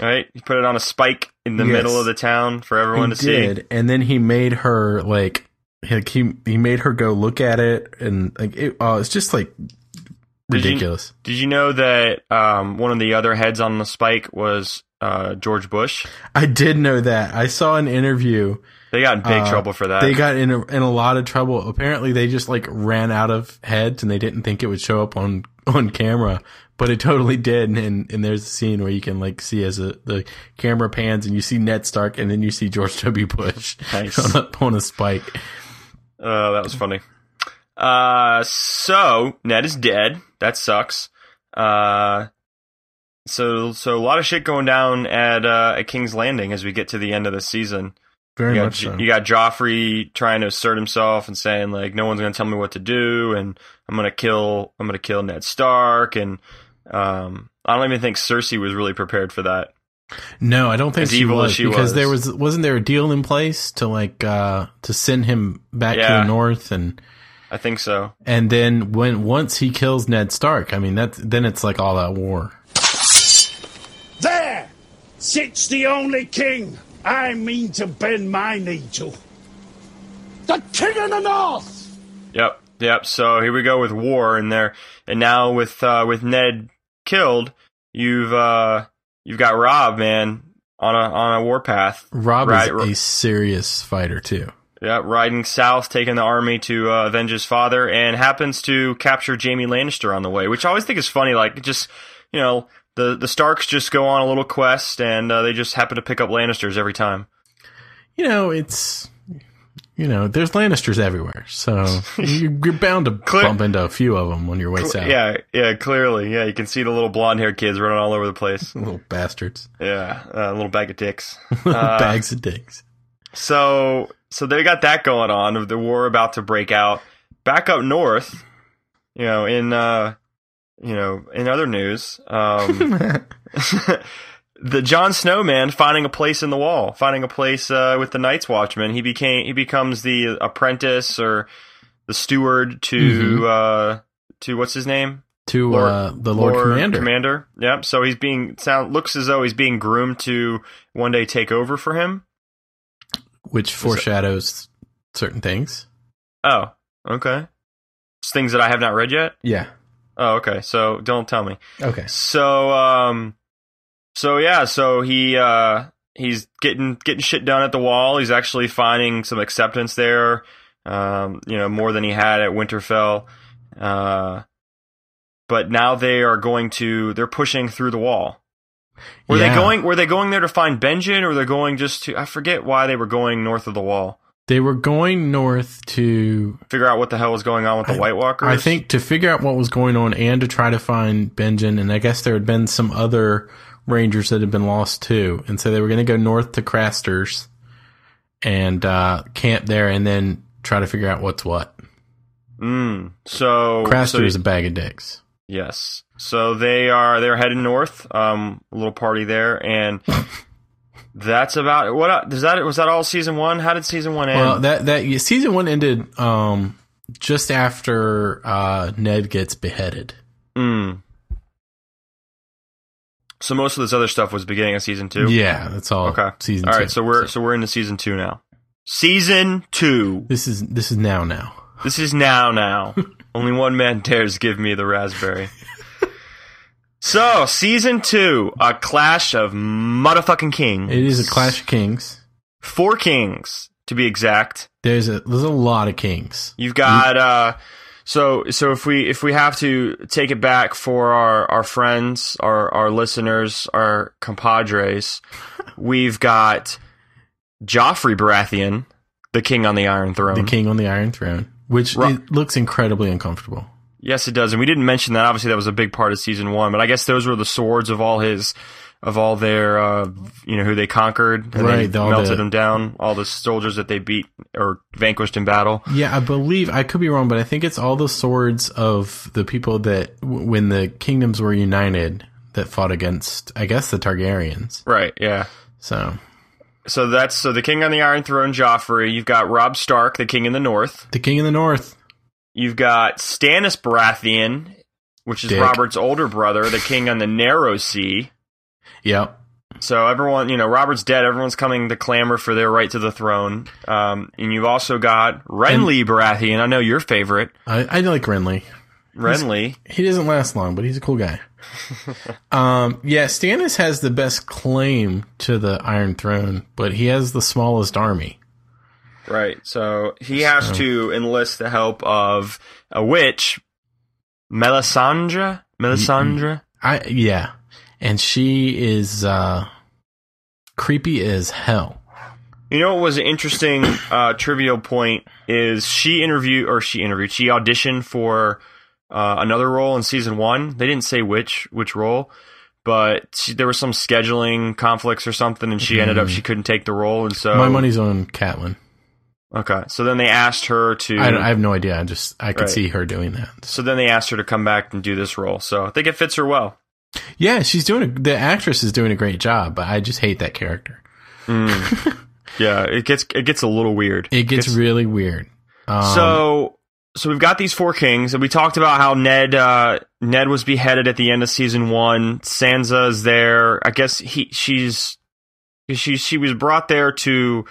Right, he put it on a spike in the
Yes.
middle of the town for everyone
he
to
did,
see.
and then he made her like like, he he made her go look at it, and like it, uh, it's just like
Did you-
ridiculous.
Did you know that um, one of the other heads on the spike was uh, George Bush?
I did know that. I saw an interview.
They got in big
uh,
trouble for that.
They got in a, in a lot of trouble. Apparently, they just like ran out of heads, and they didn't think it would show up on on camera, but it totally did. And and there's a scene where you can like see as a, the camera pans, and you see Ned Stark, and then you see George W. Bush
Nice.
on, a, on a spike.
Uh, that was funny. Uh, so Ned is dead. That sucks. Uh, so so a lot of shit going down at uh, at King's Landing as we get to the end of the season.
Very
You got,
much so.
you got Joffrey trying to assert himself and saying like, no one's gonna tell me what to do, and I'm gonna kill I'm gonna kill Ned Stark, and um, I don't even think Cersei was really prepared for that.
No, I don't think
As
she
evil
was
as she
because
was.
there was wasn't there a deal in place to like uh to send him back to
Yeah.
the north and
I think so.
and then when once he kills Ned Stark, I mean that's then it's like all that war.
There sits the only king I mean to bend my knee to. The king of the north!
Yep, yep. So here we go with war in there, and now with uh, with Ned killed, you've uh, you've got Rob man on a on a war path.
Rob
Right,
is
Ro-
a serious fighter too.
Yeah, riding south, taking the army to uh, avenge his father, and happens to capture Jamie Lannister on the way, which I always think is funny. Like just you know the the Starks just go on a little quest, and uh, they just happen to pick up Lannisters every time.
You know, it's you know, there's Lannisters everywhere, so you- you're bound to
Clear-
bump into a few of them on your way south.
Yeah, yeah, clearly, yeah. You can see the little blonde haired kids running all over the place.
little bastards,
Yeah, uh, little bag of dicks.
bags of dicks.
So so they got that going on of the war about to break out. Back up north, you know, in uh you know, in other news, um the Jon Snow man finding a place in the wall, finding a place uh with the Night's Watchman. He became he becomes the apprentice or the steward to uh to what's his name?
To uh, Mm-hmm. the Lord, Commander.
Yep. So he's being sound looks as though he's being groomed to one day take over for him.
which foreshadows certain things.
Oh, okay. It's things that I have not read yet.
Yeah.
Oh, okay. So don't tell me.
Okay.
So um, so yeah. So he uh he's getting getting shit done at the wall. He's actually finding some acceptance there. Um, you know more than he had at Winterfell. Uh, but now they are going to they're pushing through the wall. Were
Yeah.
they going? Were they going there to find Benjen, or they're going just to? I forget why they were going north of the wall.
They were going north to,
Figure out what the hell was going on with the White Walkers.
I think, to figure out what was going on and to try to find Benjen. And I guess there had been some other Rangers that had been lost too. And so they were going to go north to Craster's and uh, camp there and then try to figure out what's what.
Mm. So
Craster is
so-
a bag of dicks.
yes. So they are they're headed north. Um, a little party there, and that's about what el- does that was that all season one? How did season one end?
Well, that that yeah, season one ended um, just after uh, Ned gets beheaded.
mm. So most of this other stuff was beginning of season two.
Yeah, that's all.
Okay.
Season
all
two.
right. So we're so we're into season two now. Season two.
this is this is now now.
This is now now. Only one man dares give me the raspberry. So, season two, a clash of motherfucking kings.
It is a Clash of Kings.
four kings to be exact.
There's a there's a lot of kings.
You've got uh, so so if we if we have to take it back for our our friends, our our listeners, our compadres, we've got Joffrey Baratheon, the king on the Iron Throne.
The king on the Iron Throne, which
Ro-
it looks incredibly uncomfortable.
Yes, it does, and we didn't mention that. Obviously, that was a big part of season one, but I guess those were the swords of all his. Of all their, uh, you know, who they conquered, and
Right,
they
all
melted
the-
them down. All the soldiers that they beat or vanquished in battle.
Yeah, I believe I could be wrong, but I think it's all the swords of the people that w- when the kingdoms were united that fought against, I guess, the Targaryens.
Right. Yeah.
So
So that's so the king on the Iron Throne, Joffrey. You've got Rob Stark, the king in the North.
the king in the North,
You've got Stannis Baratheon, which is
Dick.
Robert's older brother, the king on the Narrow Sea.
Yep.
So everyone, you know, Robert's dead. Everyone's coming to clamor for their right to the throne. Um, and you've also got Renly Baratheon. I know your favorite,
I, I like Renly.
Renly.
He doesn't last long, but he's a cool guy. um, yeah, Stannis has the best claim to the Iron Throne, but he has the smallest army.
Right. So he has to enlist the help of a witch, Melisandre. Melisandre.
I yeah, and she is uh, creepy as hell.
You know what was an interesting uh, trivial point is she interviewed or she interviewed she auditioned for uh, another role in season one. They didn't say which which role, but she, there was some scheduling conflicts or something, and she ended up she couldn't take the role, and so
Mm-hmm. My money's on Catelyn.
okay. So then they asked her to.
I, don't- I have no idea. I just I could
Right.
see her doing that.
so then they asked her to come back and do this role. So I think it fits her well.
Yeah, she's doing a, the actress is doing a great job, but I just hate that character.
Yeah, it gets it gets a little weird.
It gets really weird. Um,
So so we've got these four kings, and we talked about how Ned uh, Ned was beheaded at the end of season one. Sansa is there. I guess he she's she she was brought there to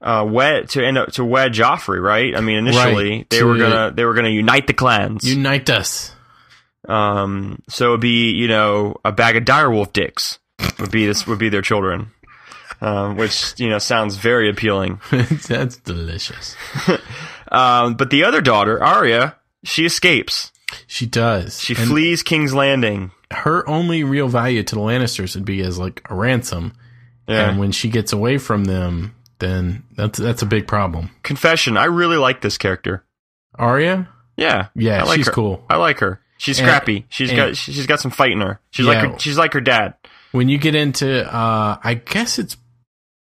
uh, wed to end up to wed Joffrey, right? I mean, initially
Right,
they
to-
were gonna they were gonna unite the clans.
unite us.
um, so it'd be you know a bag of direwolf dicks would be this would be their children. Um, which you know sounds very appealing.
That's delicious.
Um, but the other daughter, Arya, she escapes.
She does.
She
And-
flees King's Landing.
her only real value to the Lannisters would be as like a ransom.
Yeah.
And when she gets away from them, then that's that's a big problem.
Confession: I really like this character.
Arya?
Yeah,
Yeah,
I like
she's
her.
cool.
I like her. She's
And-
scrappy. She's
and-
got she's got some fight in her. She's like
Yeah.
her, she's like her dad.
When you get into uh I guess it's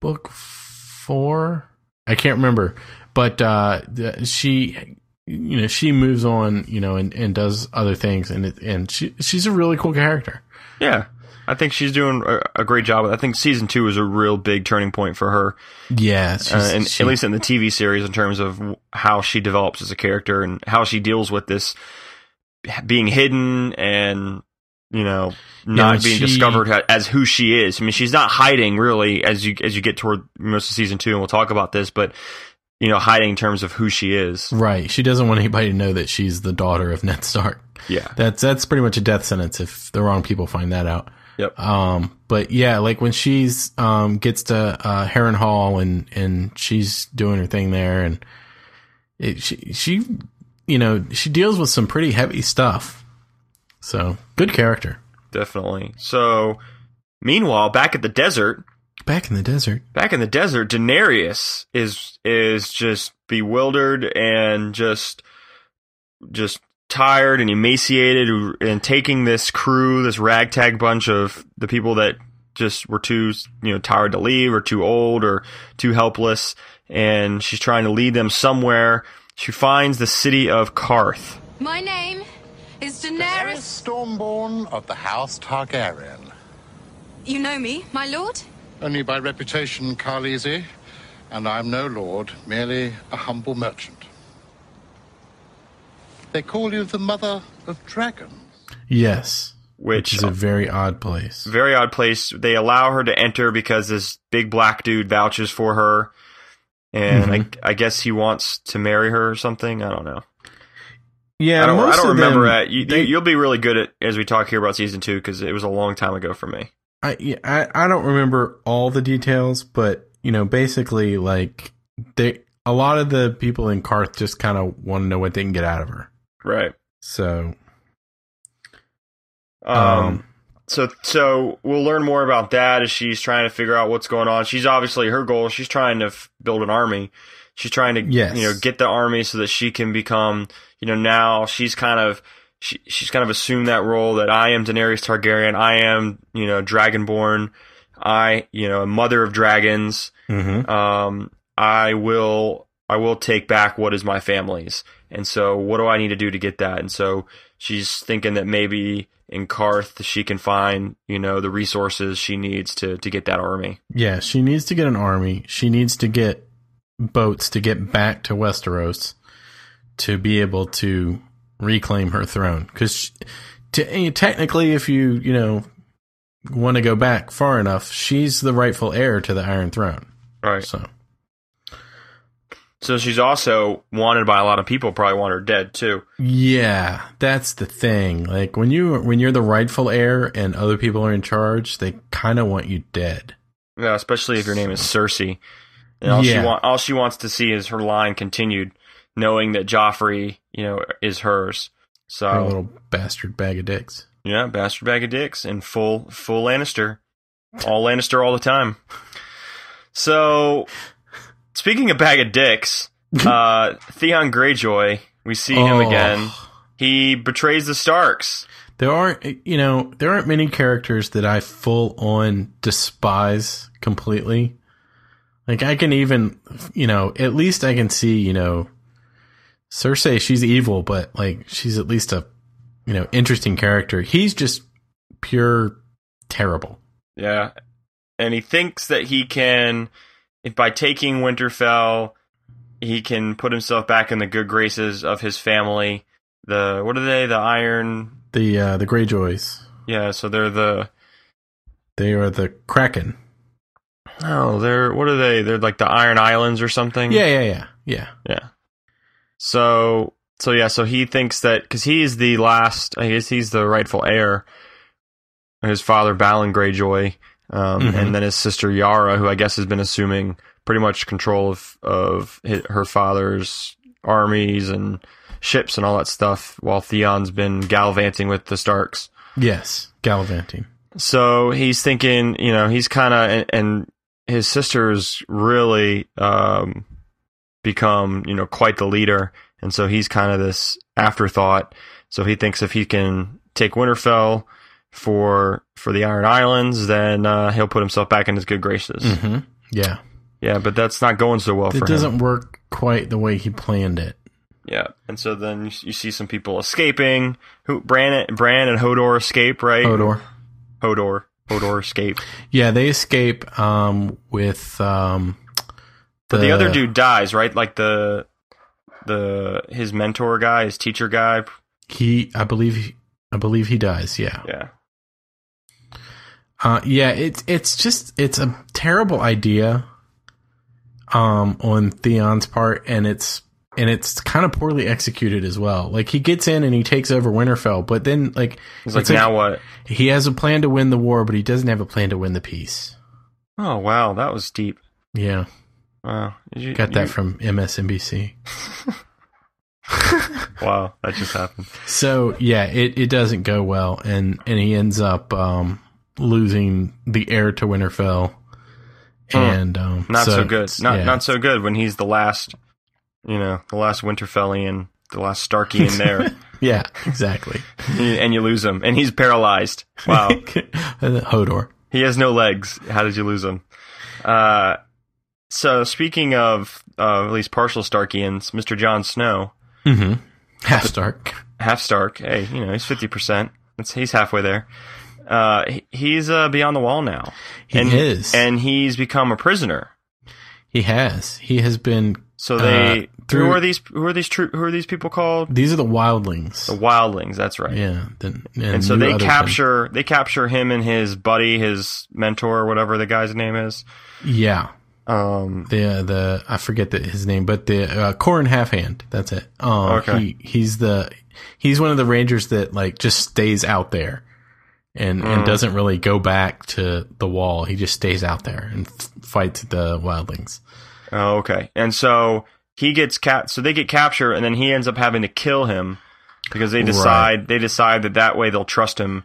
book 4. I can't remember. But uh the- she you know, she moves on, you know, and, and does other things and it, and she she's a really cool character.
Yeah, I think she's doing a, a great job. I think season two is a real big turning point for her,
Yeah,
uh,
she's-
and
she-
at least in the TV series, in terms of w- how she develops as a character and how she deals with this being hidden and you know not
and
being
she-
discovered ha- as who she is. I mean, she's not hiding really as you as you get toward most of season two, and we'll talk about this, but you know, hiding in terms of who she is.
right. She doesn't want anybody to know that she's the daughter of Ned Stark.
Yeah.
That's that's pretty much a death sentence if the wrong people find that out.
Yep.
Um, but yeah, like when she's um gets to uh Heron Hall and and she's doing her thing there, and it, she she you know she deals with some pretty heavy stuff. So good character.
Definitely. So, meanwhile, back at the desert,
Back in the desert,
back in the desert, Daenerys is is just bewildered and just just tired and emaciated and taking this crew, this ragtag bunch of the people that just were too you know tired to leave or too old or too helpless and she's trying to lead them somewhere. She finds the city of Karth.
My name is
Eris
Daenerys.
Stormborn of the House Targaryen.
You know me, my lord?
Only by reputation, Carlisi, and I'm no lord, merely a humble merchant. They call you the mother of dragons.
yes,
Which,
is a very odd place.
very odd place. They allow her to enter because this big black dude vouches for her, and
Mm-hmm.
I, I guess he wants to marry her or something. I don't know.
Yeah,
I don't. I
most
don't
of
remember
them-
that. You,
they-
you, will be really good at as we talk here about season two because it was a long time ago for me.
I, yeah, I I don't remember all the details, but you know, basically, like they a lot of the people in Karth just kind of want to know what they can get out of her.
Right.
So,
Um. so so we'll learn more about that as she's trying to figure out what's going on. She's obviously her goal. She's trying to f- build an army. She's trying to
Yes.
you know get the army so that she can become you know now she's kind of she, she's kind of assumed that role that I am Daenerys Targaryen. I am you know Dragonborn. I you know mother of dragons. Um, I will I will take back what is my family's. And so what do I need to do to get that? And so she's thinking that maybe in Karth she can find, you know, the resources she needs to to get that army.
yeah, she needs to get an army. She needs to get boats to get back to Westeros to be able to reclaim her throne. Because technically, if you you know want to go back far enough, she's the rightful heir to the Iron Throne.
Right.
So
So she's also wanted by a lot of people. Probably want her dead too.
yeah, that's the thing. Like when you when you're the rightful heir and other people are in charge, they kind of want you dead.
Yeah, especially if your name is Cersei. And all
Yeah.
she want, all she wants to see is her line continued, knowing that Joffrey, you know, is hers. So
Her little bastard bag of dicks.
yeah, bastard bag of dicks and full full Lannister, all Lannister all the time. So, speaking of bag of dicks, uh, Theon Greyjoy, we see him
Oh.
again. He betrays the Starks.
There aren't, you know, there aren't many characters that I full on despise completely. Like I can even, you know, at least I can see, you know, Cersei. She's evil, but like she's at least a, you know, interesting character. He's just pure terrible.
Yeah. And he thinks that he can, if by taking Winterfell, he can put himself back in the good graces of his family. The, what are they? The Iron.
The uh, the Greyjoys,
Yeah, so they're the.
they are the Kraken.
Oh, they're. What are they? They're like the Iron Islands or something?
Yeah, yeah, yeah, yeah.
Yeah. So, so yeah, so he thinks that, because he's the last, I guess he's the rightful heir. His father, Balin Greyjoy, um,
Mhm.
and then his sister Yara, who I guess has been assuming pretty much control of of hi her father's armies and ships and all that stuff, while Theon's been gallivanting with the Starks.
Yes, gallivanting.
So he's thinking, you know, he's kind of, and, and his sister's really um, become, you know, quite the leader. And so he's kind of this afterthought. So he thinks if he can take Winterfell for for the Iron Islands, then uh, he'll put himself back in his good graces.
hmm Yeah,
Yeah, but that's not going so well
it
for him.
doesn't work quite the way he planned it.
Yeah, and so then you, you see some people escaping. Who Bran, Bran and Hodor escape, right?
Hodor.
Hodor, Hodor escape.
Yeah, they escape um, with um,
But the
Uh,
other dude dies, right? Like the the his mentor guy, his teacher guy.
He, I believe, he, I believe he dies. Yeah,
Yeah.
uh, yeah. It's it's just it's a terrible idea um, on Theon's part, and it's and it's kind of poorly executed as well. Like he gets in and he takes over Winterfell, but then like
He's like,
it's like
now what?
he has a plan to win the war, but he doesn't have a plan to win the peace.
Oh wow, that was deep.
Yeah,
Wow. Did you-
got that
you-
from MSNBC.
Wow, that just happened.
So yeah, it, it doesn't go well, and and he ends up um, losing the heir to Winterfell, and um,
Hmm. Not so, good.
it's-
Not
yeah.
not so good when he's the last you know, the last Winterfellian, the last Starkian there.
Yeah, exactly.
and you lose him. And he's paralyzed. Wow.
And then Hodor.
He has no legs. How did you lose him? Uh, so speaking of uh, at least partial Starkians, Mr. Jon Snow,
Half Stark.
half Stark. Hey, you know he's fifty percent. He's halfway there. Uh, he- he's uh, beyond the wall now.
He
and,
is.
and he's become a prisoner.
He has. He has been.
So they
Uh, through-
who are these who are these tro- who are these people called?
These are the wildlings.
The Wildlings. That's right.
yeah. Then, and,
And so
you
they
other
capture they capture him and his buddy, his mentor, whatever the guy's name is.
than- yeah.
Um,
the uh, the I forget the, his name, but the uh, Corin Halfhand. That's it. Um,
Okay.
he he's the he's one of the rangers that like just stays out there and
Mm.
and doesn't really go back to the wall. He just stays out there and f- fights the wildlings.
oh, okay. And so he gets cap. So they get captured, and then he ends up having to kill him because they decide they decide that that way they'll trust him.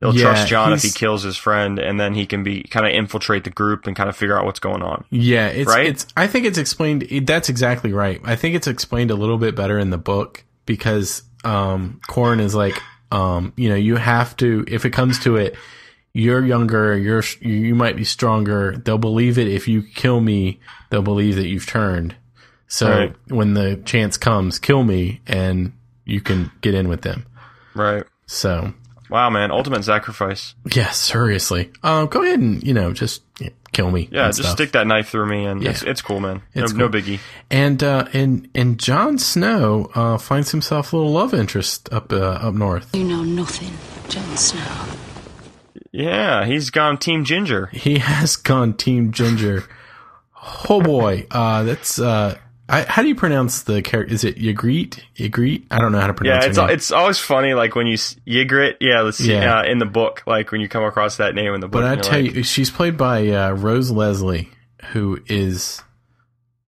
They'll
Yeah,
trust John if he
he's-
kills his friend, and then he can be kind of infiltrate the group and kind of figure out what's going on.
Yeah, it's
Right?
it's I think it's explained it- that's exactly right. I think it's explained a little bit better in the book because um Corn is like um you know, you have to if it comes to it you're younger, you're you might be stronger. They'll believe it if you kill me, they'll believe that you've turned. So
Right.
when the chance comes, kill me and you can get in with them.
Right.
So
Wow, man, ultimate sacrifice.
Yeah, seriously. Um, go ahead and you know just yeah, kill me.
Yeah,
and
just
stuff.
stick that knife through me, and it's,
Yeah.
it's cool, man.
It's cool.
no, no biggie.
And uh, and and Jon Snow uh, finds himself a little love interest up uh, up north.
You know nothing, Jon Snow.
Yeah, he's gone Team Ginger.
He has gone Team Ginger. oh boy, uh, that's. Uh, I, how do you pronounce the character? Is it Ygritte? Ygritte? I don't know how to pronounce.
Yeah,
her
it's
name.
it's always funny, like when you s- Ygritte, yeah, let's see,
Yeah.
uh, in the book, like when you come across that name in the book.
But I
and you're
tell
like,
you, she's played by uh, Rose Leslie, who is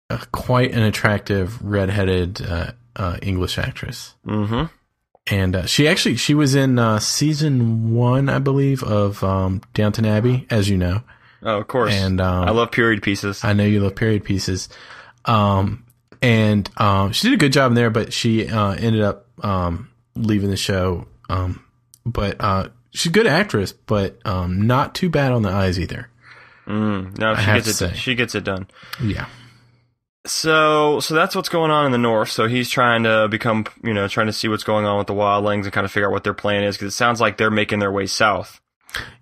uh quite an attractive redheaded uh, uh, English actress,
Mhm.
and uh, she actually she was in uh, season one, I believe, of um, Downton Abbey, as you know.
Oh, of course.
And, um,
I love period pieces.
I know you love period pieces, um, and um, she did a good job in there, but she uh, ended up um, leaving the show. Um, but uh, she's a good actress, but um, not too bad on the eyes either.
no,
I
she
have
gets it.
to say.
She gets it done.
Yeah.
So, so that's what's going on in the north. So he's trying to become, you know, trying to see what's going on with the wildlings and kind of figure out what their plan is because it sounds like they're making their way south.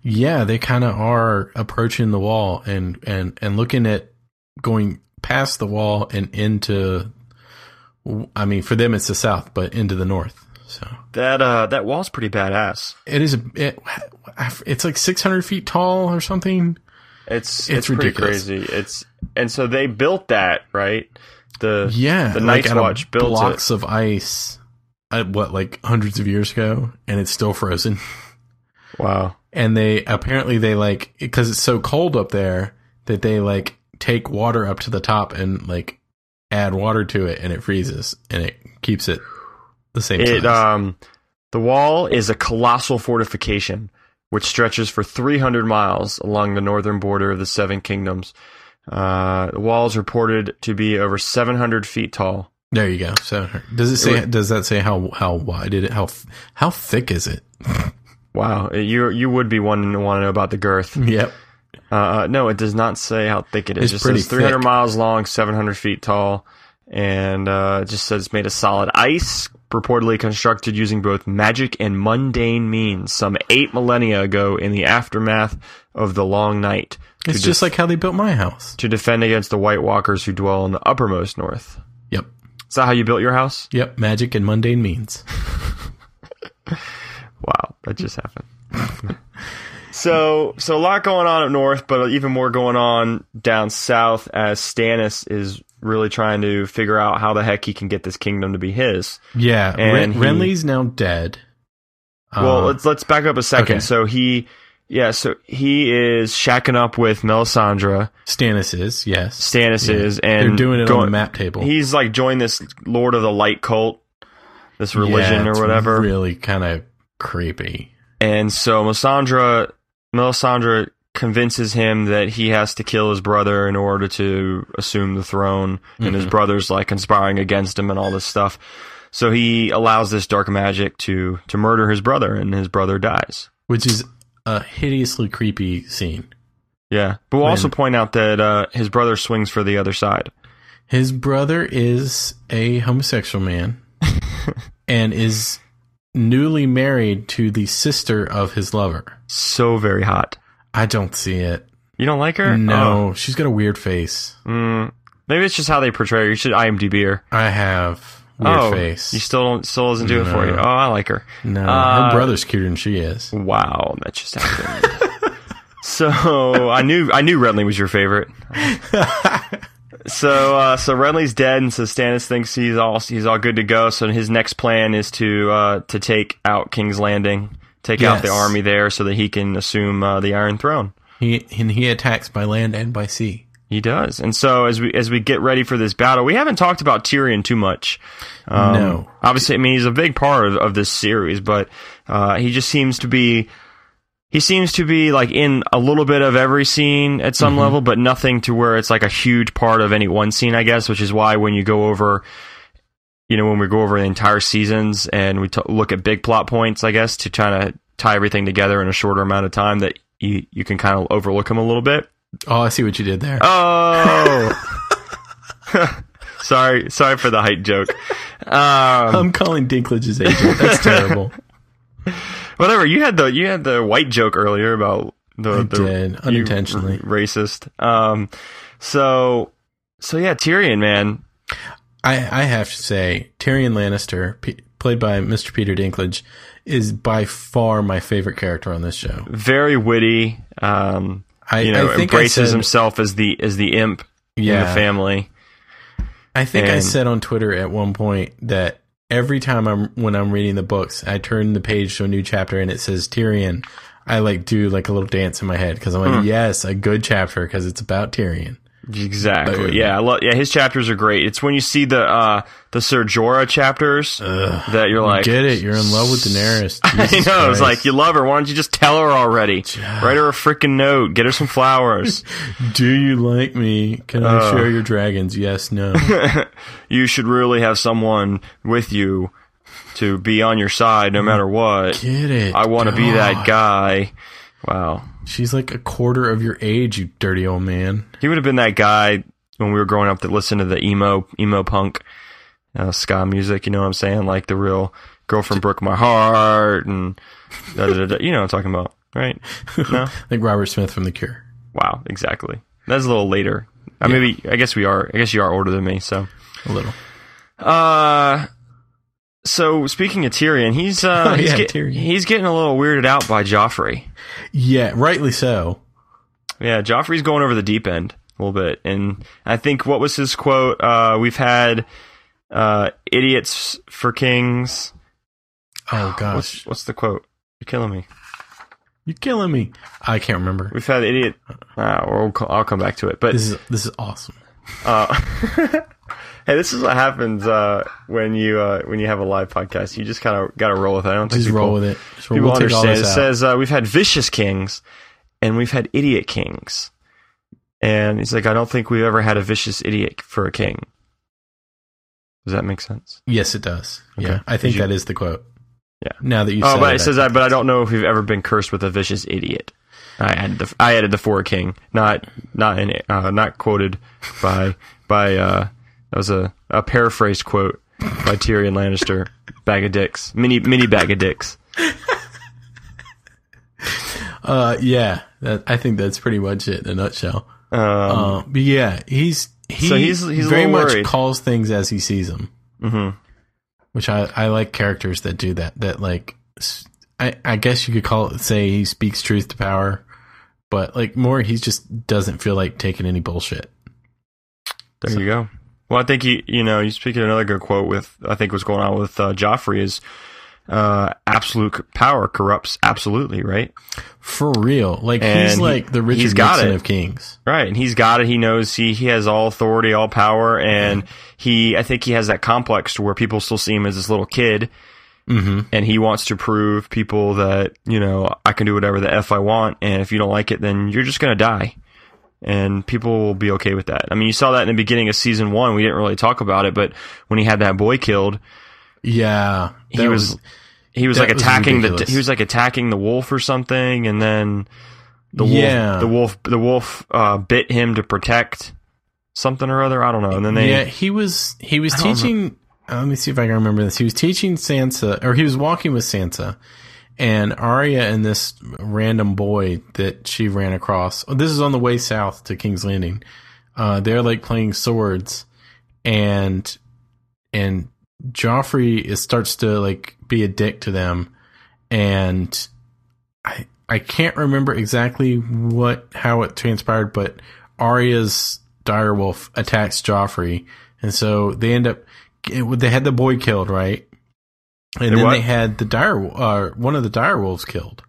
Yeah, they kind of are approaching the wall and and and looking at going past the wall and into. I mean, for them it's the south, but into the north. So
That uh, that wall's pretty badass.
it is a it, it's like six hundred feet tall or something.
It's it's,
It's
pretty
ridiculous.
crazy. It's and so they built that right. The
Yeah,
the Night's
out of
Watch built
blocks
it.
of ice. At what like hundreds of years ago, and it's still frozen.
Wow.
and they apparently they like because it's so cold up there that they like take water up to the top and like add water to it and it freezes and it keeps it the same
It
size.
um, the wall is a colossal fortification which stretches for 300 miles along the northern border of the Seven Kingdoms. Uh, the wall is reported to be over 700 feet tall.
there you go. So does it say?
would-
does that say how how wide it? How f- how thick is it?
Wow, you you would be one to want to know about the girth.
Yep.
Uh, no, it does not say how thick it is.
It's
it just
pretty
says 300
thick.
miles long, 700 feet tall, and uh, it just says made of solid ice, purportedly constructed using both magic and mundane means some eight millennia ago in the aftermath of the Long Night. to
It's
def-
just like how they built my house.
to defend against the White Walkers who dwell in the uppermost north.
Yep.
Is that how you built your house?
Yep. Magic and mundane means.
Wow, that just happened. so, so a lot going on up north, but even more going on down south as Stannis is really trying to figure out how the heck he can get this kingdom to be his.
Yeah. Ren-
And he-
Renly's now dead.
well,
Um,
let's let's back up a second.
okay.
So he yeah, so he is shacking up with Melisandre.
Stannis is yes.
Stannis
Yeah.
is and
they're doing it on
going-
the map table.
He's like joined this Lord of the Light cult, this religion
Yeah,
or
it's
whatever.
Really kind of creepy.
And so Melisandre, Melisandre convinces him that he has to kill his brother in order to assume the throne, and
Mm-hmm.
his brother's like conspiring against him and all this stuff. So he allows this dark magic to to murder his brother, and his brother dies.
which is a hideously creepy scene.
Yeah, but we'll also
Man.
point out that uh, his brother swings for the other side.
His brother is a homosexual man and is newly married to the sister of his lover.
So very hot.
I don't see it.
You don't like her?
No, she's got a weird face.
Oh. Mm, maybe it's just how they portray her. You should IMDb her.
I have weird
oh,
face.
you still don't, still doesn't do it for you.
No.
Oh, I like her.
no,
Uh,
her brother's cuter than she is.
Wow, that just happened. so I knew I knew Renly was your favorite. so uh, so Renly's dead, and so Stannis thinks he's all he's all good to go. So his next plan is to uh, to take out King's Landing, take out the
Yes.
army there, so that he can assume uh, the Iron Throne.
He and he attacks by land and by sea.
He does, and so as we as we get ready for this battle, we haven't talked about Tyrion too much. Um,
no,
Obviously, I mean he's a big part of, of this series, but uh, he just seems to be he seems to be like in a little bit of every scene at some level, but nothing to where it's like a huge part of any one scene, I guess. Which is why when you go over, you know, when we go over the entire seasons and we t- look at big plot points, I guess to try to tie everything together in a shorter amount of time, that you you can kind of overlook him a little bit.
oh, I see what you did there.
um, Oh. sorry, sorry for the height joke. Um,
I'm calling Dinklage's agent. That's terrible.
Whatever. You had the you had the white joke earlier about the
I
the
did,
you
unintentionally.
r- racist. Um. So so yeah, Tyrion, man.
I, I have to say, Tyrion Lannister, p- played by Mr. Peter Dinklage, is by far my favorite character on this show.
very witty. Um,
I-
you know,
I think I
embraces
said-
himself as the as the imp in
Yeah.
the family.
I think I
And-
said on Twitter at one point that every time I'm when I'm reading the books, I turn the page to a new chapter and it says Tyrion. I like do like a little dance in my head because I'm like,
Hmm.
yes, a good chapter because it's about Tyrion.
Exactly.
Boom.
Yeah, I love, yeah. His chapters are great. It's when you see the uh, the Ser Jorah chapters that you're like,
Get it? You're in love with Daenerys.
I
Jesus
know.
Christ.
It's like you love her. Why don't you just tell her already? Write her a freaking note. Get her some flowers.
do you like me? Can I share your dragons? Yes, no.
you should really have someone with you to be on your side no matter what.
Get it?
I want to be
God.
that guy. Wow.
She's like a quarter of your age, you dirty old man.
He would have been that guy when we were growing up that listened to the emo emo punk uh, ska music. You know what I'm saying? Like the real "Girl from Brook My Heart" and da, da, da, da. you know what I'm talking about, right? No,
Like Robert Smith from The Cure.
wow, exactly. That's a little later. I maybe I guess we are. I guess you are older than me. So,
A little.
uh, so speaking of Tyrion, he's uh,
Oh,
he's,
yeah,
get-
Tyrion.
he's getting a little weirded out by Joffrey.
Yeah, rightly so.
Yeah, Joffrey's going over the deep end a little bit, and I think what was his quote? Uh, we've had uh, idiots for kings.
Oh
What's
gosh,
what's the quote? You're killing me.
you're killing me. I can't remember.
We've had idiot. Uh, we'll, co- I'll come back to it. But
This is this is awesome.
hey, this is what happens uh, when you uh, when you have a live podcast. You just kind of got to roll with it. I don't think
Just
people,
roll with it. So
People
we'll take all
understand.
this
It
out.
says uh, we've had vicious kings, and we've had idiot kings. And he's like, I don't think we've ever had a vicious idiot for a king. Does that make sense?
yes, it does. Yeah,
Okay.
I think
Did you-
that is the quote.
Yeah.
Now that you.
Oh,
said
but
it,
it says I. But I don't know if we've ever been cursed with a vicious idiot. I added the I added the four king, not not in, uh, not quoted by by uh, that was a, a paraphrased quote by Tyrion Lannister. Bag of dicks, mini mini bag of dicks.
Uh, yeah, that, I think that's pretty much it in a nutshell. Uh, but yeah, he's he
Um, so he's- he's a
very
little
much
worried.
calls things as he sees them, mm-hmm. which I I like characters that do that. That like s- I I guess you could call it say he speaks truth to power, but like more he just doesn't feel like taking any bullshit.
There you go. Well, I think you you know you speak of another good quote with I think what's going on with uh, Joffrey is uh, absolute c- power corrupts absolutely, right?
For real, like
And
he's
he-
like the
he's
Richard
got
Nixon
it.
of kings.
Right, and he's got it. He knows he he has all authority, all power, and he I think he has that complex to where people still see him as this little kid, mm-hmm. and he wants to prove people that you know I can do whatever the f I want, and if you don't like it, then you're just gonna die, and people will be okay with that. I mean, you saw that in the beginning of season one. We didn't really talk about it, but when he had that boy killed,
Yeah,
he
that
was, he was
that
like
was
attacking the
ridiculous.
he was like attacking the wolf or something, and then the
Yeah.
wolf the wolf the wolf uh, bit him to protect something or other. I don't know. And then they
yeah, he was he was teaching. uh, Let me see if I can remember this. He was teaching Sansa, or he was walking with Sansa, and Arya and this random boy that she ran across. oh, This is on the way south to King's Landing. Uh, they're like playing swords, and and Joffrey is, starts to like be a dick to them, and I I can't remember exactly what how it transpired, but Arya's direwolf attacks Joffrey, and so they end up it- they had the boy killed, right? And
The
then
what?
they had the dire uh, one of the direwolves killed,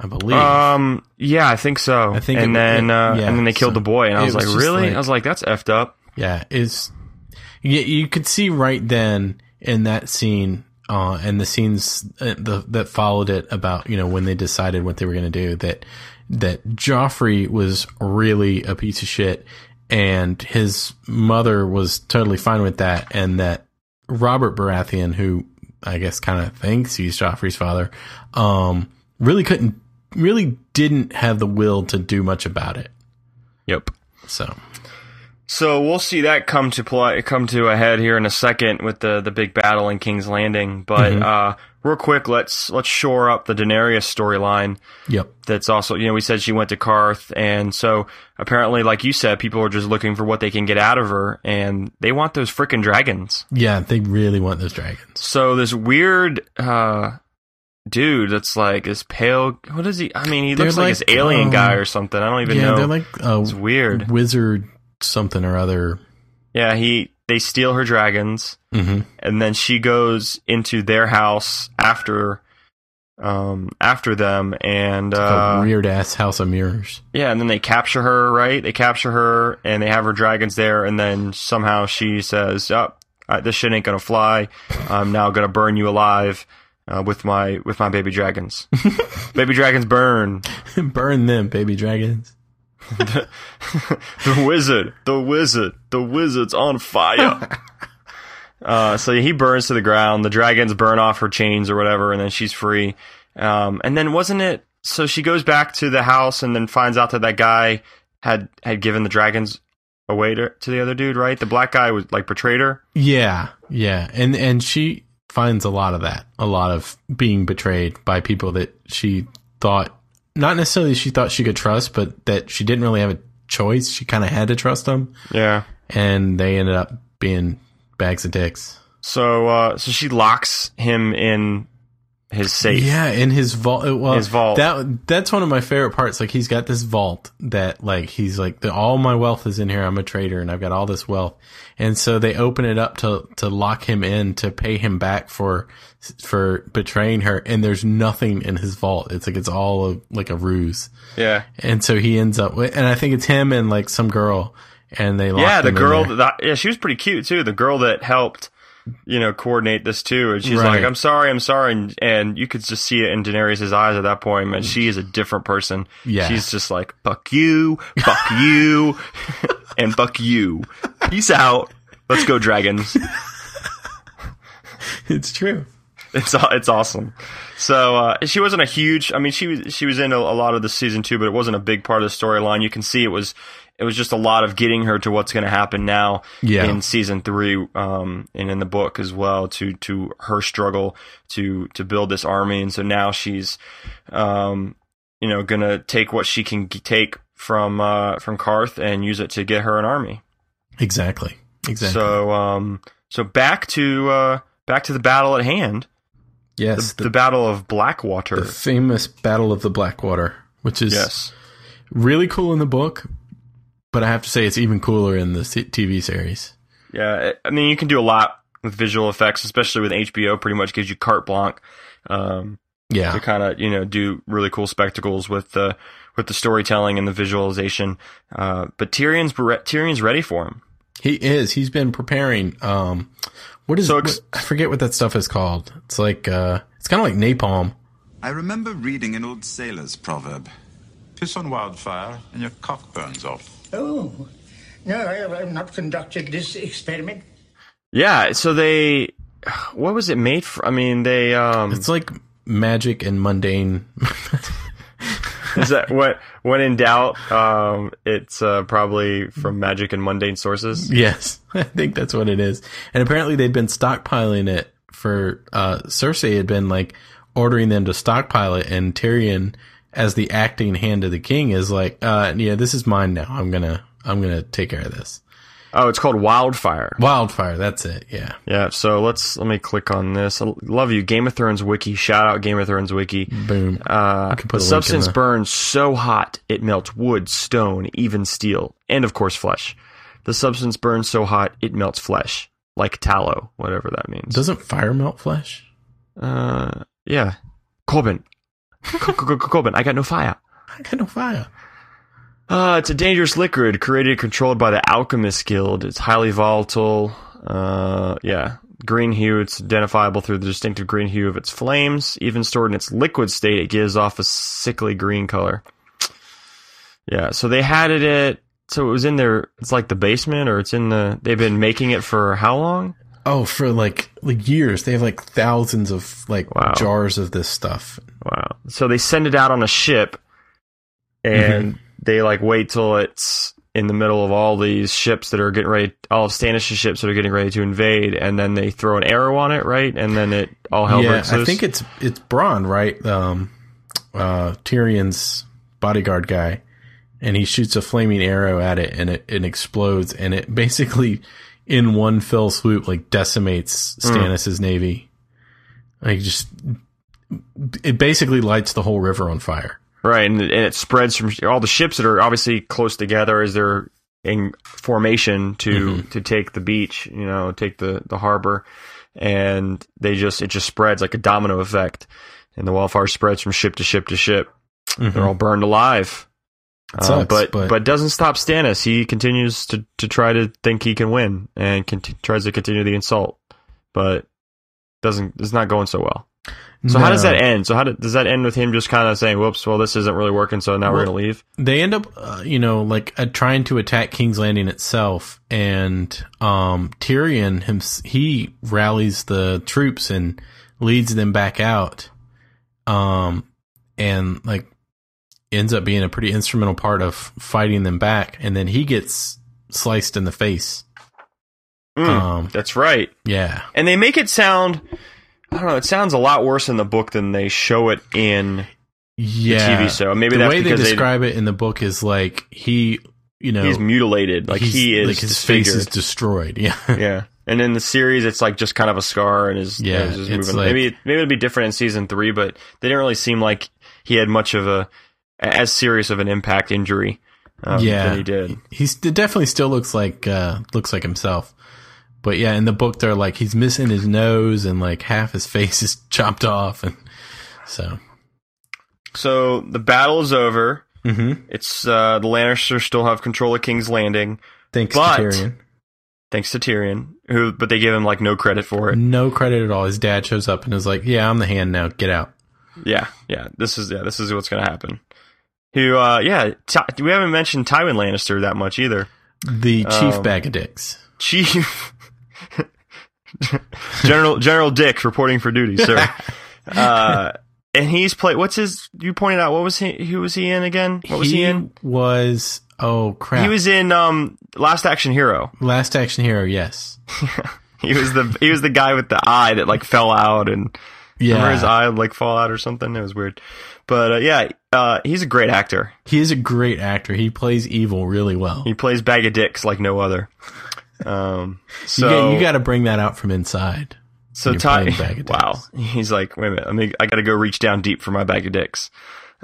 I believe.
um yeah, I think so.
I think
and
it-
then
it-
uh,
yeah,
and then they
so
killed the boy, and I
it
was,
was
like,
just
really?
like-
I was like, that's effed up.
yeah, is you, you could see right then in that scene. Uh, and the scenes uh, the, that followed it about you know when they decided what they were going to do that that Joffrey was really a piece of shit and his mother was totally fine with that and that Robert Baratheon who I guess kind of thinks he's Joffrey's father um really couldn't really didn't have the will to do much about it
Yep.
so
So we'll see that come
Mm-hmm.
to play, come to a head here in a second with the the big battle in King's Landing. But uh, real quick, let's let's shore up the Daenerys storyline.
Yep.
That's also, you know, we said she went to Karth, and so apparently, like you said, people are just looking for what they can get out of her, and they want those freaking dragons.
Yeah, they really want those dragons.
So this weird uh, dude that's like this pale. What is he? I mean, he
They're
looks like,
like,
this alien
um,
guy or something. I don't even
yeah,
know.
they're like uh,
it's weird.
wizard something or other.
Yeah, he they steal her dragons,
hmm
and then she goes into their house after um after them and uh
a weird ass house of mirrors.
Yeah, and then they capture her, right? They capture her, and they have her dragons there, and then somehow she says, "Oh, uh, this shit ain't gonna fly. I'm now gonna burn you alive uh, with my with my baby dragons. baby dragons burn.
Burn them, baby dragons.
The wizard, the wizard, the wizard's on fire." Uh, so he burns to the ground. The dragons burn off her chains or whatever, and then she's free. Um, and then wasn't it? So she goes back to the house and then finds out that that guy had had given the dragons away to, to the other dude, right? The black guy was like betrayed her.
Yeah, yeah, and and she finds a lot of that, a lot of being betrayed by people that she thought not necessarily she thought she could trust, but that she didn't really have a choice. She kind of had to trust them,
Yeah.
and they ended up being bags of dicks.
So uh, so she locks him in his safe.
Yeah, in his vault. uh, Well,
His vault.
That that's one of my favorite parts. Like he's got this vault that like he's like the, all my wealth is in here. I'm a trader and I've got all this wealth. And so they open it up to to lock him in to pay him back for for betraying her. And there's nothing in his vault. It's like it's all a, like a ruse.
Yeah.
And so he ends up with, and I think it's him and like some girl. And they lock
Yeah, the
him in
girl
there.
that yeah, she was pretty cute too. The girl that helped, you know, coordinate this too. And she's
Right.
like, "I'm sorry, I'm sorry," and, and you could just see it in Daenerys' eyes at that point. Man, she is a different person.
Yeah.
she's just like, "Fuck you, fuck you, and fuck you." Peace out. Let's go, dragons.
it's true.
It's aw- it's awesome. So uh, she wasn't a huge. I mean, she was she was in a, a lot of the season two, but it wasn't a big part of the storyline. You can see it was it was just a lot of getting her to what's going to happen now
Yeah.
in season three, um, and in the book as well to to her struggle to to build this army, and so now she's, um, you know, gonna take what she can g- take from uh from Karth and use it to get her an army.
Exactly. Exactly.
So um so back to uh back to the battle at hand
yes.
the,
The,
Battle of Blackwater.
the famous Battle of the Blackwater, which is
yes.
really cool in the book, but I have to say it's even cooler in the se- TV series.
Yeah. I I mean, you can do a lot with visual effects, especially with HBO. Pretty much gives you carte blanche um,
Yeah,
to kind of you know do really cool spectacles with the with the storytelling and the visualization. Uh, but Tyrion's re- Tyrion's ready for him.
he is. He's been preparing. Um, what is?
So ex-
what- I forget what that stuff is called. It's like uh, it's kind of like napalm.
I remember reading an old sailor's proverb Piss on wildfire and your cock burns off.
Oh, no, I have not conducted this experiment.
Yeah. So they. What was it made for? I mean, they. Um,
It's like magic and mundane.
is that what? When in doubt, um, it's uh, probably from magic and mundane sources.
yes, I think that's what it is. And apparently they've been stockpiling it for uh, Cersei had been like ordering them to stockpile it, and Tyrion, as the acting hand of the king, is like, uh, yeah, this is mine now. I'm gonna I'm gonna take care of this.
Oh, it's called Wildfire.
Wildfire, that's it. Yeah.
Yeah, so let's let me click on this. I love you, Game of Thrones wiki. Shout out Game of Thrones wiki.
Boom.
Uh,
could
the
put a link in
substance
the-
burns so hot it melts wood, stone, even steel, and of course flesh. The substance burns so hot it melts flesh, like tallow, whatever that means.
Doesn't fire melt flesh?
uh, yeah, Corbin, Co- Co- Co- Corbin, I got no fire.
I got no fire.
Uh, it's a dangerous liquid created and controlled by the Alchemist Guild. It's highly volatile. Uh, yeah. Green hue, it's identifiable through the distinctive green hue of its flames. Even stored in its liquid state, it gives off a sickly green color. Yeah, so they had it at, so it was in their, it's like the basement or it's in the, they've been making it for how long?
Oh, for like like years, they have like thousands of like
Wow.
jars of this stuff.
Wow.
Mm-hmm.
So they send it out on a ship and they like wait till it's in the middle of all these ships that are getting ready, all of Stanish's ships that are getting ready to invade, and then they throw an arrow on it, right? And then it all hell
yeah,
breaks
I
loose.
think it's it's Braun, right? Um, uh, Tyrion's bodyguard guy, and he shoots a flaming arrow at it, and it, it explodes, and it basically in one fell swoop like decimates
Hmm.
Mm.
Stannis's navy. Like just it basically lights the whole river on fire.
Right, and, and it spreads from all the ships that are obviously close together as they're in formation to
Mm-hmm.
to take the beach, you know, take the the harbor, and they just it just spreads like a domino effect, and the wildfire spreads from ship to ship to ship.
Mhm.
They're all burned alive. Uh,
It sucks,
but,
but-
but doesn't stop Stannis. He continues to, to try to think he can win and conti- tries to continue the insult, but doesn't it's not going so well. So how does
No.
that end? So how do, does that end with him just kind of saying, "Whoops, well this isn't really working, so now we're
Well-
gonna leave."
They end up, uh, you know, like uh, trying to attack King's Landing itself, and um, Tyrion him he rallies the troops and leads them back out, um, and like ends up being a pretty instrumental part of fighting them back, and then he gets sliced in the face. Um,
Mm, that's right.
Yeah,
And they make it sound, I don't know, it sounds a lot worse in the book than they show it in
yeah.
the TV show. Maybe
the
that's
way they
because
describe it in the book is like he, you know,
he's mutilated, like
he's-
he is
like his face is
disfigured.
destroyed. Yeah.
yeah. And in the series, it's like just kind of a scar and his
Yeah,
nose is
it's
moving.
like-
maybe maybe it'll be different in season three, but they didn't really seem like he had much of a as serious of an impact injury. Um,
yeah,
than he did.
He's it definitely still looks like uh, looks like himself. But yeah, in the book they're like he's missing his nose and like half his face is chopped off, and so
So the battle is over.
Mhm.
It's uh, the Lannisters still have control of King's Landing.
Thanks to
but,
Tyrion.
Thanks to Tyrion, who but they give him like no credit for it.
no credit at all. His dad shows up and is like, "Yeah, I'm the hand now. Get out." Mm-hmm.
Yeah, yeah. This is yeah. This is what's gonna happen. Who? Uh, yeah. Ty- we haven't mentioned Tywin Lannister that much either.
The chief
Um,
bag of dicks.
Chief General General Dick reporting for duty, sir. uh, and he's played. What's his? You pointed out. What was he? Who was he in again? What was he, in?
Was oh crap.
He was in um Last Action Hero.
Last Action Hero. Yes.
He was the he was the guy with the eye that like fell out and
Yeah.
remember his eye would, like fall out or something. It was weird, but uh, yeah, uh, he's a great actor.
He is a great actor. He plays evil really well.
He plays bag of dicks like no other. Um,
you,
so
get- you got to bring that out from inside.
so
You're
Ty,
playing bag of
wow, he's like, wait a minute, let me, I got to go reach down deep for my bag of dicks.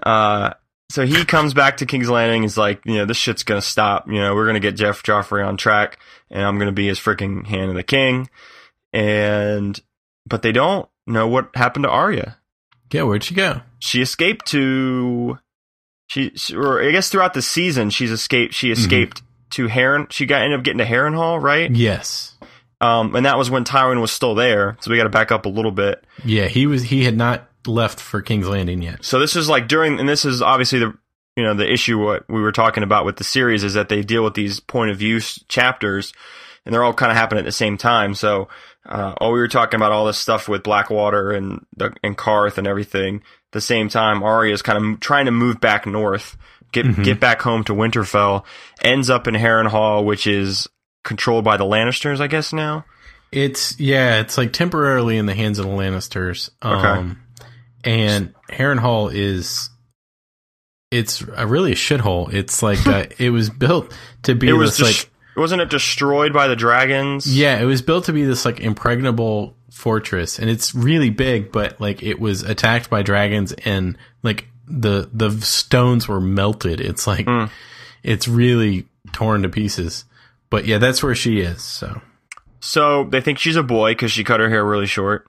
Uh, so he comes back to King's Landing. He's like, you know, this shit's gonna stop. You know, we're gonna get Jeff Joffrey on track, and I'm gonna be his freaking hand of the king. And but they don't know what happened to Arya.
Yeah, where'd she go?
she escaped to she, she- or I guess throughout the season she's escaped she
Mm-hmm.
escaped to Heron she got ended up getting to Heron Hall, right?
Yes.
Um and that was when Tyron was still there. So we gotta back up a little bit.
Yeah, he was. He had not left for King's Landing yet.
So this is like during and this is obviously the you know, the issue what we were talking about with the series is that they deal with these point of view s- chapters and they're all kind of happening at the same time. So uh, all we were talking about all this stuff with Blackwater and the, and Carth and everything. At the same time, Arya is kind of trying to move back north, get
Mhm.
get back home to Winterfell. Ends up in Harrenhal, which is controlled by the Lannisters, I guess now.
It's yeah, it's like temporarily in the hands of the Lannisters. Um and Harrenhal is it's a really a shithole. It's like uh, it was built to be
It was
this like
just wasn't it destroyed by the dragons?
yeah, it was built to be this like impregnable fortress and it's really big but like it was attacked by dragons and like the the stones were melted. It's like
Hmm.
it's really torn to pieces. But yeah, that's where she is. So
So they think she's a boy because she cut her hair really short.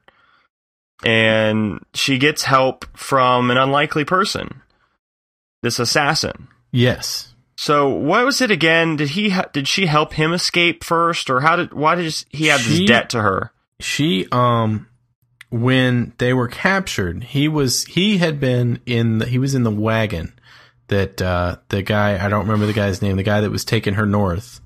And she gets help from an unlikely person, this assassin.
yes.
So what was it again? Did he ha- did she help him escape first, or how did why did he have
She-
this debt to her?
she um when they were captured he was he had been in the, he was in the wagon that uh the guy i don't remember the guy's name the guy that was taking her north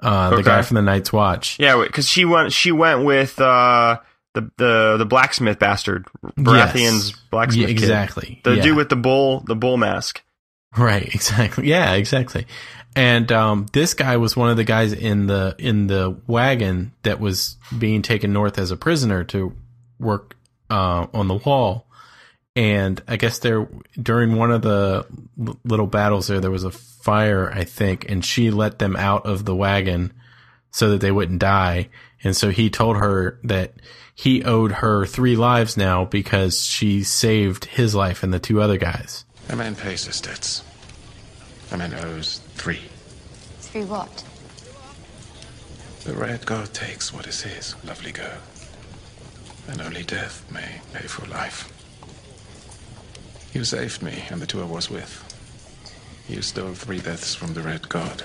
uh the
Okay.
guy from the night's watch
Yeah, because she went she went with uh, the the the blacksmith bastard, Baratheon's
Yes.
blacksmith,
Yeah,
kid.
exactly,
the
yeah.
dude with the bull the bull mask.
Right, exactly. Yeah, exactly. And um, this guy was one of the guys in the in the wagon that was being taken north as a prisoner to work uh, on the wall. And I guess there during one of the l- little battles there, there was a fire, I think, and she let them out of the wagon so that they wouldn't die. And so he told her that he owed her three lives now because she saved his life and the two other guys.
A man pays his debts. A man owes three.
Three what?
The red god takes what is his, lovely girl. And only death may pay for life. You saved me and the two I was with. You stole three deaths from the red god.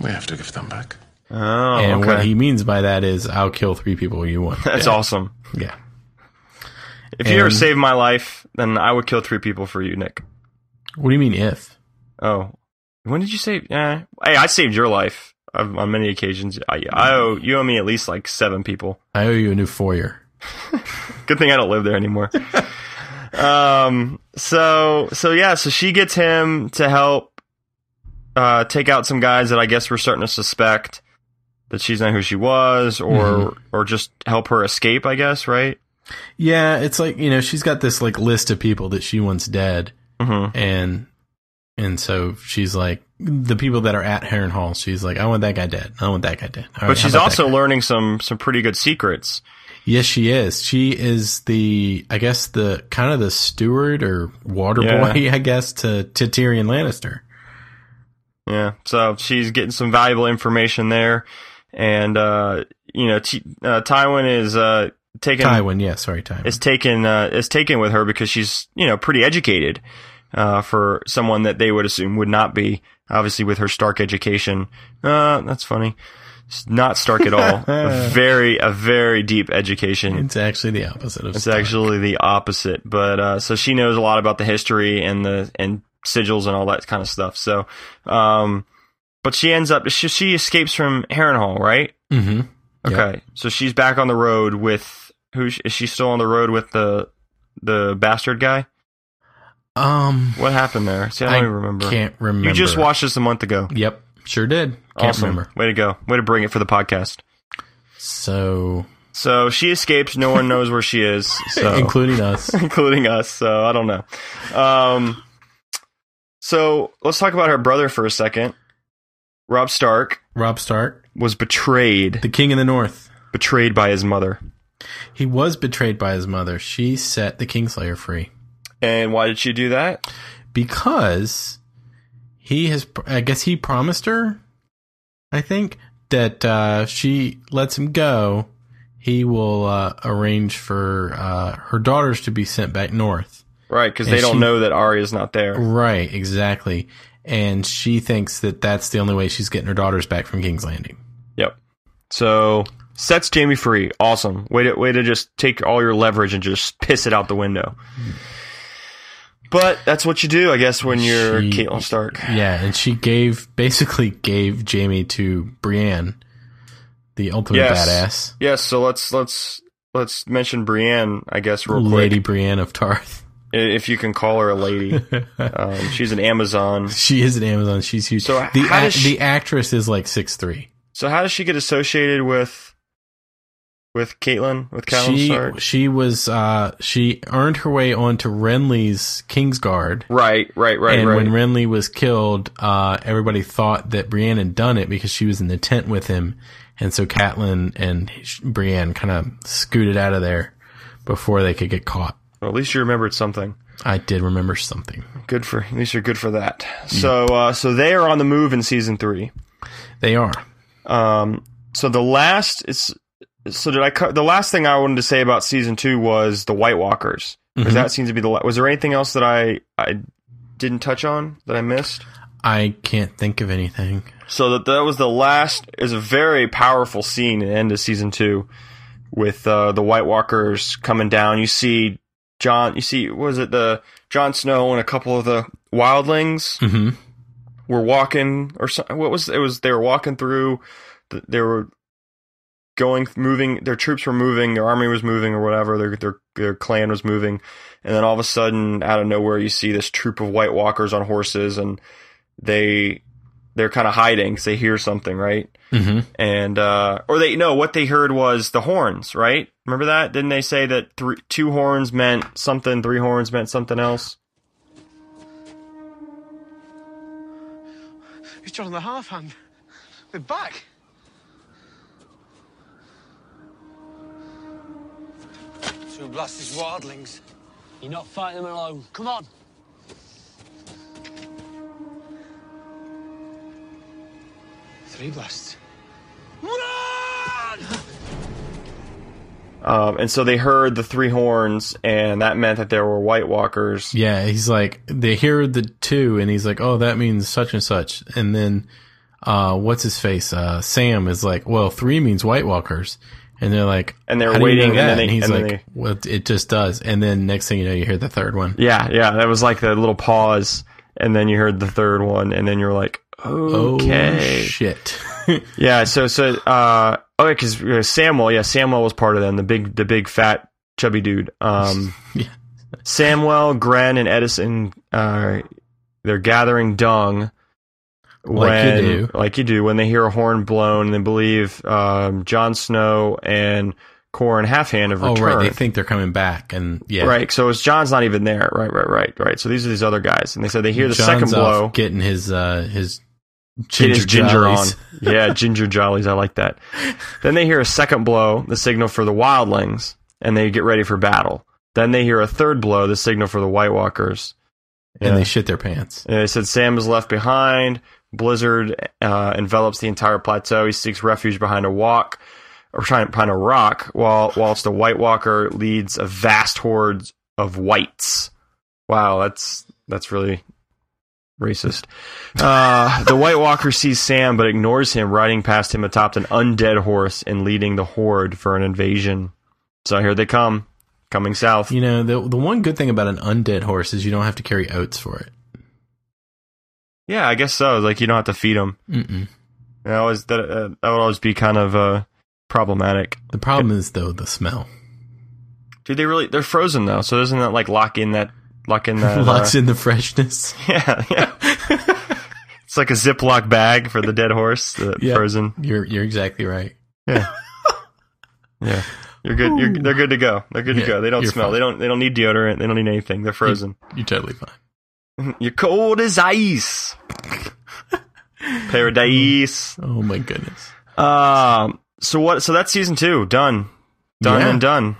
We have to give them back.
Oh,
and
okay.
what he means by that is, I'll kill three people you want.
That's
dead."
awesome.
Yeah.
If you ever
And-
saved my life, then I would kill three people for you, Nick.
What do you mean if?
Oh, when did you save? Eh. Hey, I saved your life I've, on many occasions. I, I owe you owe me at least like seven people.
I owe you a new foyer.
Good thing I don't live there anymore. um. So so yeah. So she gets him to help uh, take out some guys that I guess we're starting to suspect that she's not who she was, or
Mhm.
or just help her escape. I guess right.
Yeah, it's like you know she's got this like list of people that she wants dead, Mm-hmm.
Mhm.
and and so she's like the people that are at Heron Hall. She's like, I want that guy dead. I want that guy dead. All right, Oh, how
but she's
about that
also learning some some pretty good secrets.
Yes, she is. She is the, I guess the kind of the steward or water
Yeah.
boy, I guess, to, to Tyrion Lannister.
Yeah. So she's getting some valuable information there. And, uh, you know, T- uh, Tywin is, uh, taken,
Tywin, yeah, sorry, Tywin.
is taken, uh, is taken with her because she's, you know, pretty educated, uh, for someone that they would assume would not be, obviously with her Stark education. Uh, that's funny. It's not Stark at all. a very, a very deep education.
It's actually the opposite of
It's
Stark.
actually the opposite, but uh, so she knows a lot about the history and the and sigils and all that kind of stuff. So, um, but she ends up she, she escapes from Harrenhal, right?
Mm-hmm.
Okay, so she's back on the road with who? Is she still on the road with the the bastard guy?
Um,
What happened there? See, I don't
I
even remember.
can't
You just
remember.
watched this a month ago.
Yep, sure did. Can't
awesome.
remember.
Way to go. Way to bring it for the podcast.
So,
So she escapes. No one knows where she is. So.
including us.
including us. So I don't know. Um, so let's talk about her brother for a second. Rob Stark
Rob Stark,
was betrayed,
the King of the North.
betrayed by his mother.
He was betrayed by his mother. She set the Kingslayer free
And why did she do that?
because he has, I guess he promised her, I think, that uh, she lets him go. He will uh, arrange for uh, her daughters to be sent back north.
Right, because
And
they don't
she-
know that Arya's not there.
Right, exactly. And she thinks that that's the only way she's getting her daughters back from King's Landing.
Yep. So sets Jamie free. Awesome. Way to way to just take all your leverage and just piss it out the window. But that's what you do, I guess, when you're
She-
Caitlyn Stark.
Yeah, and she gave basically gave Jamie to Brienne, the ultimate
Yes.
badass,
Yes. So let's let's let's mention Brienne, I guess, real quick.
Lady Brienne of Tarth.
I- if you can call her a lady. um, she's an Amazon.
She is an Amazon. She's huge.
So
the
how
ac-
does she-
the actress is like six three.
So how does she get associated with with Caitlin? With Caitlin
She
Stark?
she was uh she earned her way onto Renly's Kingsguard.
Right, right, right,
and
right.
when Renly was killed, uh, everybody thought that Brienne had done it because she was in the tent with him, and so Catelyn and sh- Brienne kind of scooted out of there before they could get caught.
well, at least you remembered something.
I did remember something.
Good for at least you're good for that. So uh, so they are on the move in season three.
They are
Um, so the last it's so did I cut the last thing I wanted to say about season two was the White Walkers because
Mhm.
that seems to be the la- was there anything else that I I didn't touch on that I missed?
I can't think of anything.
So that that was the last is a very powerful scene in the end of season two with uh, the White Walkers coming down. You see John. You see was it the Jon Snow and a couple of the wildlings
hmm
were walking or so, what was it was they were walking through. th- They were going moving their troops were moving their army was moving or whatever their their their clan was moving and then all of a sudden out of nowhere you see this troop of white walkers on horses and they they're kind of hiding 'cause they hear something right
Mm-hmm.
and uh or they no what they heard was the horns right remember that didn't they say that three two horns meant something three horns meant something else
It's John the Half Hand. We're back.
Two blast these wildlings.
You're not fighting them alone. Come on.
Three blasts.
um and so they heard the three horns and that meant that there were white walkers
Yeah, he's like they hear the two, and he's like, "Oh, that means such and such." And then, uh, what's his face? Uh, Sam is like, "Well, three means White Walkers," and they're like,
And they're
"How do you know
waiting, and
that?"
then they-
he's
and then
like,
they-
"Well, it just does." And then next thing you know, you hear the third one.
Yeah, yeah. That was like the little pause, and then you heard the third one, and then you're like, okay,
Oh, shit.
yeah. So so uh oh, because Samuel, yeah, Samuel was part of them. The big the big fat chubby dude. Um, Samuel, Gren, and Edison. Uh, they're gathering dung.
Like you do.
like you do, when they hear a horn blown, and they believe um, Jon Snow and Corin Halfhand have
Oh,
returned.
right. They think they're coming back, and yeah,
Right. So it's John's not even there. Right. Right. Right. Right. So these are these other guys, and they said they hear the
John's
second
off
blow.
getting his uh, his
Get
ginger,
his ginger
jollies.
on. Yeah, ginger jollies. I like that. Then they hear a second blow, the signal for the wildlings, and they get ready for battle. Then they hear a third blow, the signal for the White Walkers.
and
Yeah.
they shit their pants.
And they said Sam is left behind. Blizzard uh, envelops the entire plateau. He seeks refuge behind a walk or trying behind a rock, while whilst the White Walker leads a vast horde of whites. Wow, that's that's really racist. Uh, the White Walker sees Sam but ignores him, riding past him atop an undead horse and leading the horde for an invasion. So here they come, coming south.
You know, the the one good thing about an undead horse is you don't have to carry oats for it.
Yeah, I guess so. Like you don't have to feed them.
Mm-mm.
And I always that uh, that would always be kind of uh, problematic.
The problem is though the smell
Dude, they really they're frozen though, so doesn't that like lock in that lock in that
locks
uh,
in the freshness.
Yeah, yeah. it's like a Ziploc bag for the dead horse, the
Yeah.
frozen.
You're you're exactly right.
Yeah. yeah. You're good. You're, they're good to go. They're good
Yeah,
to go. They don't
you're
smell.
fine. Mm.
They don't. They don't need deodorant. They don't need anything. They're frozen.
You're totally fine.
You're cold as ice. Paradise.
Oh my goodness.
Um. So what? So that's season two. Done. Done
Yeah.
and done.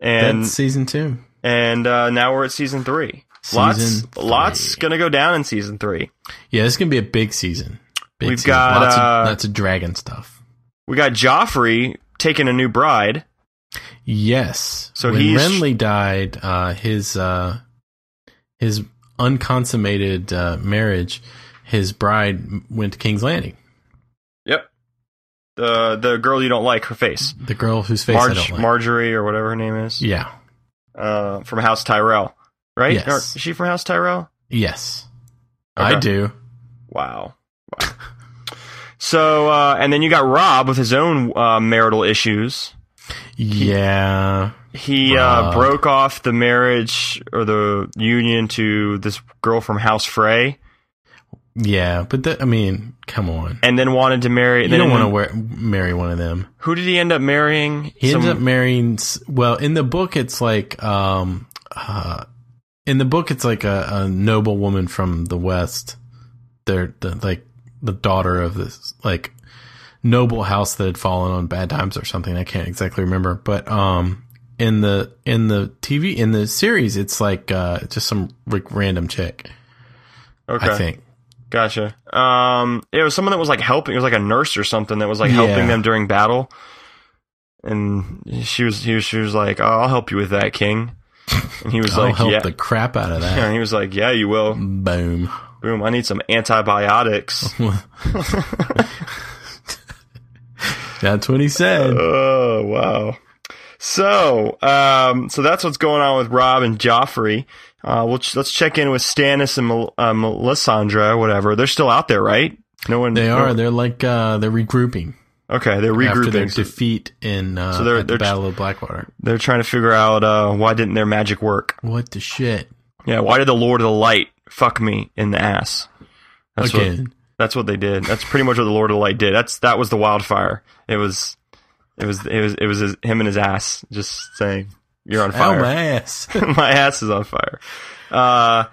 And
That's season two.
and uh, now we're at season three. lots,
Season
lots gonna go down in season three.
Yeah, it's gonna be a big season. Big
We've
season.
got,
lots,
uh,
of, lots of dragon stuff.
We got Joffrey taking a new bride.
Yes.
So
when
he's-
Renly died, uh, his uh, his unconsummated uh, marriage, his bride went to King's Landing.
Yep. The the girl you don't like, her face,
The girl whose face I
Marge,
don't like.
Marjorie or whatever her name is,
yeah.
uh, from House Tyrell, right?
Yes.
Or- is she from House Tyrell?
Yes.
Okay.
I do.
Wow. Wow. so uh, and then you got Rob with his own uh, marital issues.
Yeah.
He uh,
Rob.
broke off the marriage or the union to this girl from House Frey.
Yeah. But that, I mean, come on.
and then wanted to marry.
You
then
don't want to wear, marry one of them.
Who did he end up marrying?
He
Some-
ended up marrying. s- Well, in the book, it's like, um, uh, in the book, it's like a, a noble woman from the West. They're the, like the daughter of this like noble house that had fallen on bad times or something. I can't exactly remember, but um, in the in the TV in the series, it's like uh, just some like random chick.
Okay.
I think.
Gotcha. Um, it was someone that was like helping. It was like a nurse or something that was like helping
Yeah.
them during battle. And she was, he was, she was like, oh, "I'll help you with that, King." And he was
I'll
like,
help
"Yeah."
the Mm. crap out of
And
that.
he was like, "Yeah, you will."
Boom.
Boom. I need some antibiotics.
That's what he said.
Oh wow. So, um, so that's what's going on with Rob and Joffrey. Uh, we'll ch- let's check in with Stannis and Mel- uh, Melisandre, whatever. They're still out there, right? No one.
They
no-
are. uh, They're like uh, they're regrouping. after
Okay, they're
their
regrouping. So-
defeat in uh,
So they're-
at the
they're tr-
Battle of Blackwater.
They're trying to figure out uh, why didn't their magic work.
What the shit?
Yeah, why did the Lord of the Light fuck me in the ass? That's What,
Again.
that's what they did. That's pretty much what the Lord of the Light did. That's that was the wildfire. It was, it was, it was, it was his, him and his ass just saying, "You're on
Ow,
fire."
my ass.
my ass is on fire. Uh,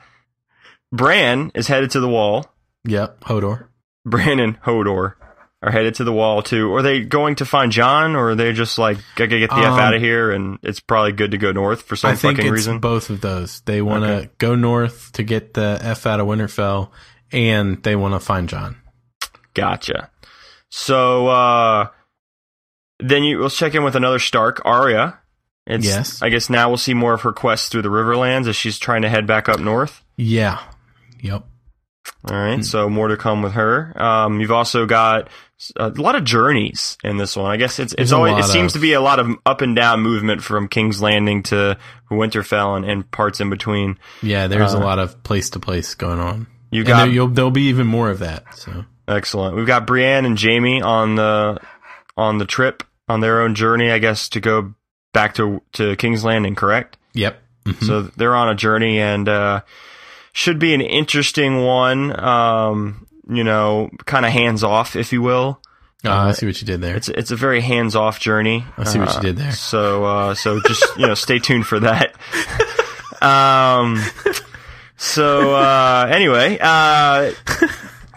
Bran is headed to the wall.
Yep, Hodor.
Bran and Hodor are headed to the wall too. Are they going to find John, or are they just like gotta get the f
Um,
out of here? And it's probably good to go north for some
I think
fucking
it's
reason.
both of those. They want to
Okay.
go north to get the f out of Winterfell, and they want to find John.
Gotcha. So uh, then you we'll check in with another Stark, Arya. It's,
Yes.
I guess now we'll see more of her quest through the Riverlands as she's trying to head back up north.
Yeah. Yep. Hmm.
All right, so more to come with her. Um, you've also got uh, a lot of journeys in this one. I guess it's it's
There's a
always
lot
it seems
of-
to be a lot of up and down movement from King's Landing to Winterfell and, and parts in between.
Yeah, there's
Uh,
a lot of place to place going on.
You
And
got-
there, you'll, there'll be even more of that. So
Excellent. We've got Brienne and Jamie on the on the trip on their own journey, I guess, to go back to to King's Landing. Correct.
Yep.
So they're on a journey and uh, should be an interesting one. Um, you know, kind of hands off, if you will.
Uh, I see what you did there.
It's it's a very hands off journey.
I see what
Uh,
you did there.
So uh, so just you know, stay tuned for that. Um. So uh, anyway, uh,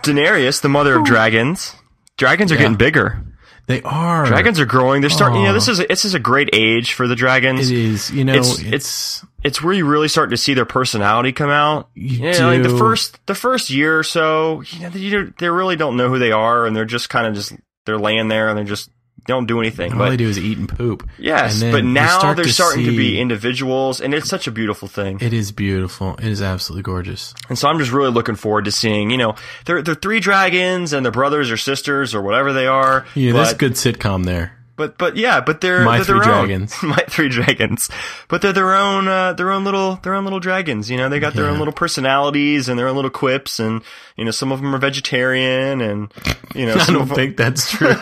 Daenerys, the mother of dragons. Dragons are getting bigger.
They are.
Dragons are growing. They're starting. You know,
Aw.
this is this is a great age for the dragons.
It is. You know,
it's,
it's-
it's it's where you really start to see their personality come out. You know, like the
do.
first the first year or so, you know, they, don't- they really don't know who they are, and they're just kind of just they're laying there and they're just they don't do anything.
all
but
they do is eat and poop.
yes,
And then
but
you
now
start
they're starting to
see-
be individuals, and it's such a beautiful thing.
It is beautiful. It is absolutely gorgeous.
And so I'm just really looking forward to seeing, you know, they're they're three dragons and they're brothers or sisters or whatever they are.
Yeah, that's
but-
good sitcom there.
But but yeah, but they're
My
they're their
Three
own.
Dragons.
my three dragons. But they're their own uh, their own little their own little dragons. You know, they got their own
Yeah.
little personalities and their own little quips, and you know, some of them are vegetarian, and you know,
I
some
don't
of 'em-
think that's true.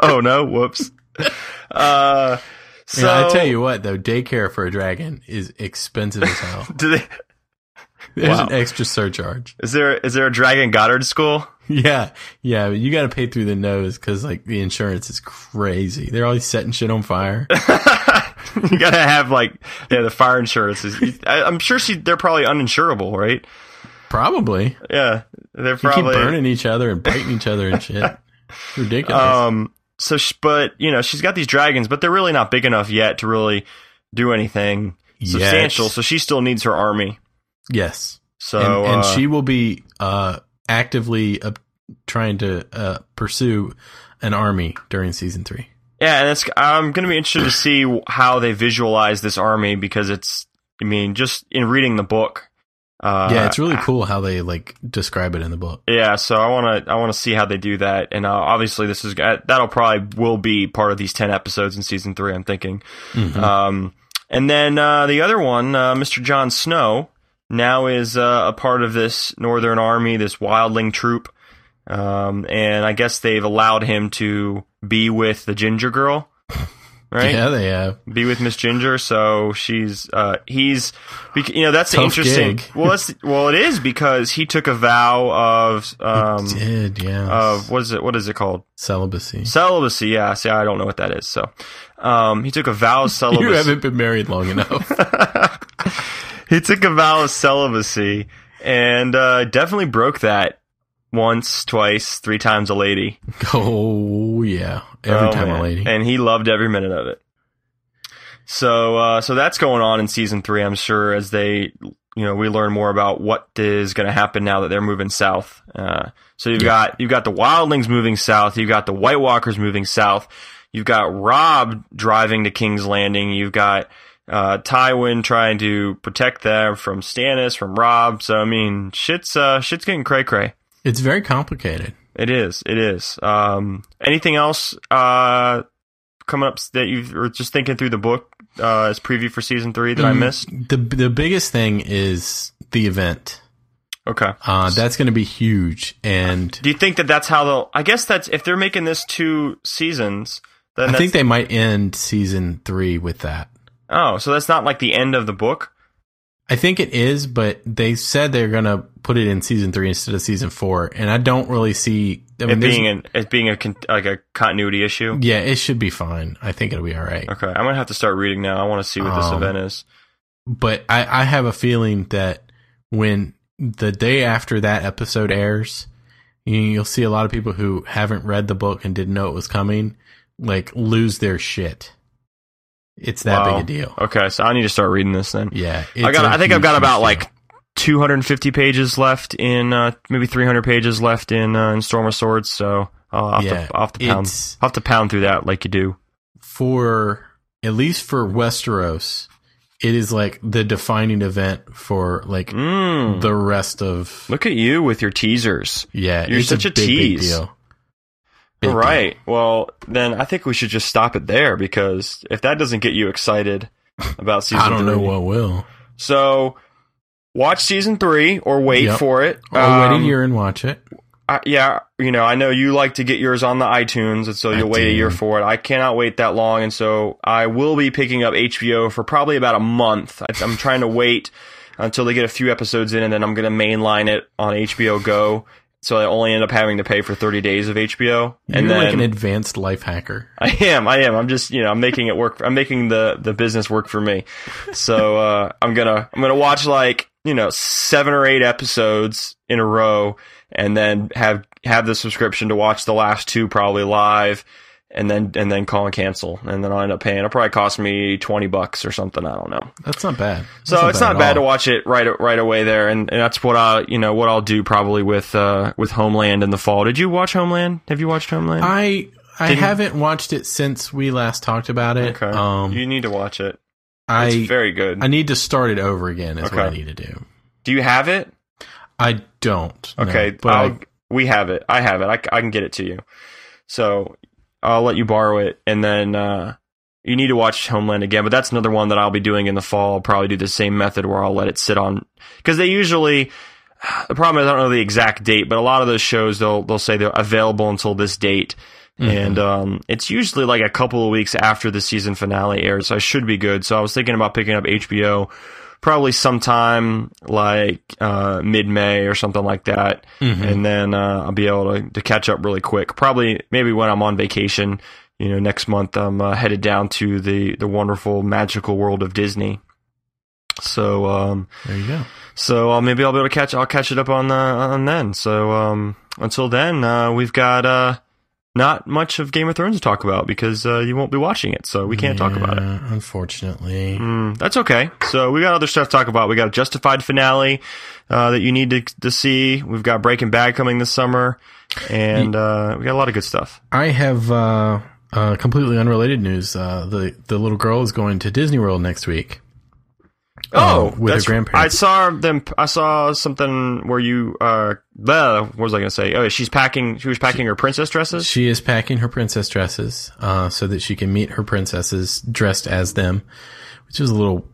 oh no, whoops. Uh, so
yeah, I tell you what, though, daycare for a dragon is expensive as hell.
do they,
There's
Wow.
an extra surcharge.
is there is there a dragon Goddard school?
Yeah, yeah, but you got to pay through the nose because like the insurance is crazy. They're always setting shit on fire.
you gotta have like yeah, the fire insurance is. I, I'm sure she they're probably uninsurable, right?
Probably.
Yeah,
They
they're
keep
probably
burning each other and biting each other and shit. Ridiculous.
Um, so, sh but you know, she's got these dragons, but they're really not big enough yet to really do anything
Yes.
substantial. So she still needs her army.
yes.
So
and, and
uh,
she will be uh, actively uh, trying to uh, pursue an army during season three.
yeah, and it's I'm gonna be interested to see how they visualize this army because it's. I mean, just in reading the book. Uh,
yeah, it's really cool how they like describe it in the book.
Yeah, so I want to I want to see how they do that, and uh, obviously this is uh, that'll probably will be part of these ten episodes in season three. I'm thinking, um, and then uh, the other one, uh, Mr. Jon Snow, now is uh, a part of this Northern Army, this wildling troop, um, and I guess they've allowed him to be with the Ginger Girl, right? Mm.
Yeah, they have.
be with Miss Ginger. So she's uh, he's bec- you know that's the
Tough
interesting.
gig.
Well, that's well it is because he took a vow of um
Did yeah.
of what is it what is it called
Celibacy.
Uh, celibacy. Yeah, see, I don't know what that is. So um, he took a vow of celibacy.
You haven't been married long enough.
he took a vow of celibacy and uh, definitely broke that once, twice, three times a lady.
oh yeah, every
Oh,
time
man.
a lady.
And he loved every minute of it. So uh, so that's going on in season three, I'm sure, as they you know, we learn more about what is going to happen now that they're moving south. Uh, so you've got you've got the wildlings moving south, you've got the White Walkers moving south, you've got Rob driving to King's Landing, you've got uh, Tywin trying to protect them from Stannis, from Rob. So I mean, shit's uh, shit's getting cray cray.
It's very complicated.
It is. It is. Um, anything else uh, coming up that you were just thinking through the book uh,
Mm.
as preview for season three that I missed?
The the biggest thing is the event.
Okay.
Uh, that's going to be huge. And
do you think that that's how they'll? I guess that's if they're making this two seasons. Then
I think
that's-
they might end season three with that.
Oh, so that's not like the end of the book.
I think it is, but they said they're going to put it in season three instead of season four. And I don't really see I mean, there's-
it being an it being a con- like a continuity issue.
yeah, it should be fine. I think it'll be all right.
Okay, I'm gonna have to start reading now. I want to see what this
Um,
event is.
But I, I have a feeling that when the day after that episode airs, you- you'll see a lot of people who haven't read the book and didn't know it was coming, like lose their shit. It's that
Wow.
big a deal.
Okay, so I need to start reading this then.
Yeah,
I
it's
got.
a
I think I've
huge
got about
issue.
like 250 pages left in uh, maybe 300 pages left in uh, in Storm of Swords. So I'll have,
Yeah,
to, I'll have to pound.
it's-
I'll have to pound through that like you do.
for at least for Westeros, it is like the defining event for like
Mm.
the rest of
Look at you with your teasers.
yeah.
You're
it's
such a
big, big
tease.
deal. Big
All right. Well, then I think we should just stop it there because if that doesn't get you excited about season,
I don't know
three-
what will.
So watch season three or wait
Yep.
for it.
Or wait
Um,
a year and watch it.
I, yeah, you know, I know you like to get yours on the iTunes, and so you'll wait a year
do.
for it. I cannot wait that long, and so I will be picking up HBO for probably about a month. I, I'm trying to wait until they get a few episodes in, and then I'm going to mainline it on HBO Go. So I only end up having to pay for 30 days of HBO, and
You're
then
like an advanced life hacker.
I am. I am. I'm just, you know, I'm making it work. I'm making the the business work for me. So uh, I'm gonna I'm gonna watch like you know seven or eight episodes in a row, and then have have the subscription to watch the last two probably live, and then and then call and cancel, and then I'll end up paying. It'll probably cost me twenty bucks or something. I don't know.
That's not bad. That's
So it's not
at
bad to
all.
watch it right right away there, and, and that's what I you know what I'll do probably with uh, with Homeland in the fall. Did you watch Homeland? Have you watched Homeland?
I I
Didn't-
haven't watched it since we last talked about it.
Okay.
Um,
you need to watch it.
I
it's very good.
I need to start it over again. Is what I
Okay.
need to do.
Do you have it?
I don't. no,
Okay,
but
I'll,
I-
we have it. I have it. I, c- I can get it to you. So I'll let you borrow it, and then uh, you need to watch Homeland again. But that's another one that I'll be doing in the fall. I'll probably do the same method where I'll let it sit on because they usually. The problem is I don't know the exact date, but a lot of those shows they'll they'll say they're available until this date,
Mhm.
and um, it's usually like a couple of weeks after the season finale airs. So I should be good. So I was thinking about picking up HBO probably sometime like uh, mid May or something like that,
Mhm.
and then uh, I'll be able to, to catch up really quick. Probably maybe when I'm on vacation. You know, next month I'm uh, headed down to the the wonderful magical world of Disney. So um,
there you go.
so uh, maybe I'll be able to catch. I'll catch it up on uh, on then. So um, until then, uh, we've got uh, not much of Game of Thrones to talk about because uh, you won't be watching it, so we can't talk about it.
Yeah, Uh, Unfortunately.
Mm, that's okay. So we got other stuff to talk about. We got a Justified finale uh, that you need to, to see. We've got Breaking Bad coming this summer, and uh, we got a lot of good stuff.
I have uh, uh, completely unrelated news. Uh, the the little girl is going to Disney World next week.
Oh,
uh, with her
that's-
grandparents.
I saw them. I saw something where you. Uh, blah, what was I going to say? Oh, she's packing. She was packing her princess dresses.
she is packing her princess dresses uh, so that she can meet her princesses dressed as them, which is a little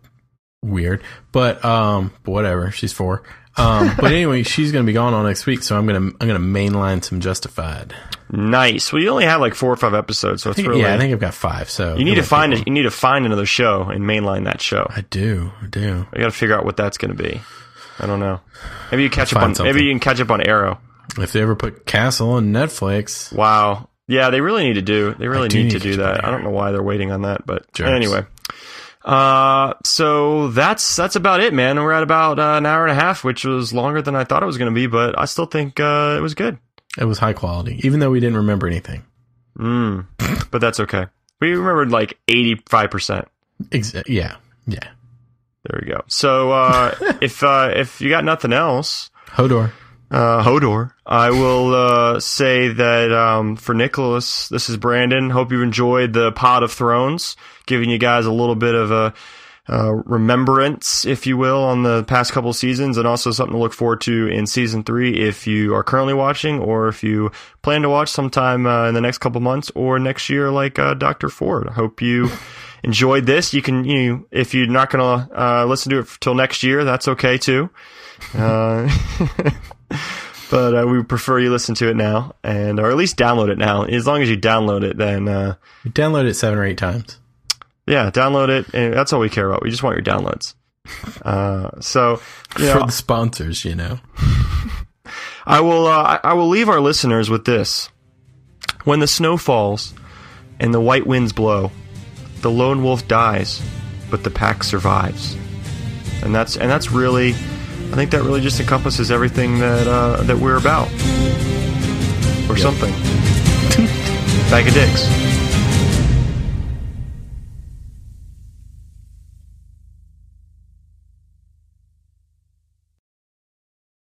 weird, but um, but whatever. She's four. Um, but anyway, she's going to be gone all next week, so I'm gonna I'm gonna mainline some Justified.
Nice. Well, you only have like four or five episodes,
I
so it's
think-
really.
yeah, I think I've got five. So
you need to
it'll
find
take
it. You need to find another show and mainline that show.
a- I do, I do.
I got to figure out what that's going to be. I don't know. Maybe you catch up on.
find something.
Maybe you can catch up on Arrow.
If they ever put Castle on Netflix,
Wow. Yeah, they really need to do. They really
do
need,
need
to
to
do
catch up
that.
on
I don't know why they're waiting on that, but
Jerks.
anyway. Uh, so that's that's about it, man. We're at about uh, an hour and a half, which was longer than I thought it was going to be, but I still think uh, it was good.
it was high quality, even though we didn't remember anything.
Mm. but that's okay. We remembered like eighty five percent.
Ex- yeah, yeah.
There we go. So uh, if uh, if you got nothing else,
Hodor.
uh, Hodor, I will uh, say that um, for Nicholas, this is Brandon. Hope you enjoyed the Pod of Thrones, giving you guys a little bit of a uh, remembrance, if you will, on the past couple seasons, and also something to look forward to in season three if you are currently watching or if you plan to watch sometime uh, in the next couple months or next year, like uh, Doctor Ford. I hope you enjoyed this. You can, you know, if you're not gonna uh, listen to it till next year, that's okay too. Uh, but uh, we prefer you listen to it now, and or at least download it now. As long as you download it, then uh,
download it seven or eight times.
Yeah, download it, and that's all we care about. We just want your downloads. Uh, so you know,
For the sponsors, you know.
I will. Uh, I- I will leave our listeners with this: When the snow falls and the white winds blow, the lone wolf dies, but the pack survives. And that's and that's really, I think that really just encompasses everything that uh, that we're about, or something. Bag of dicks.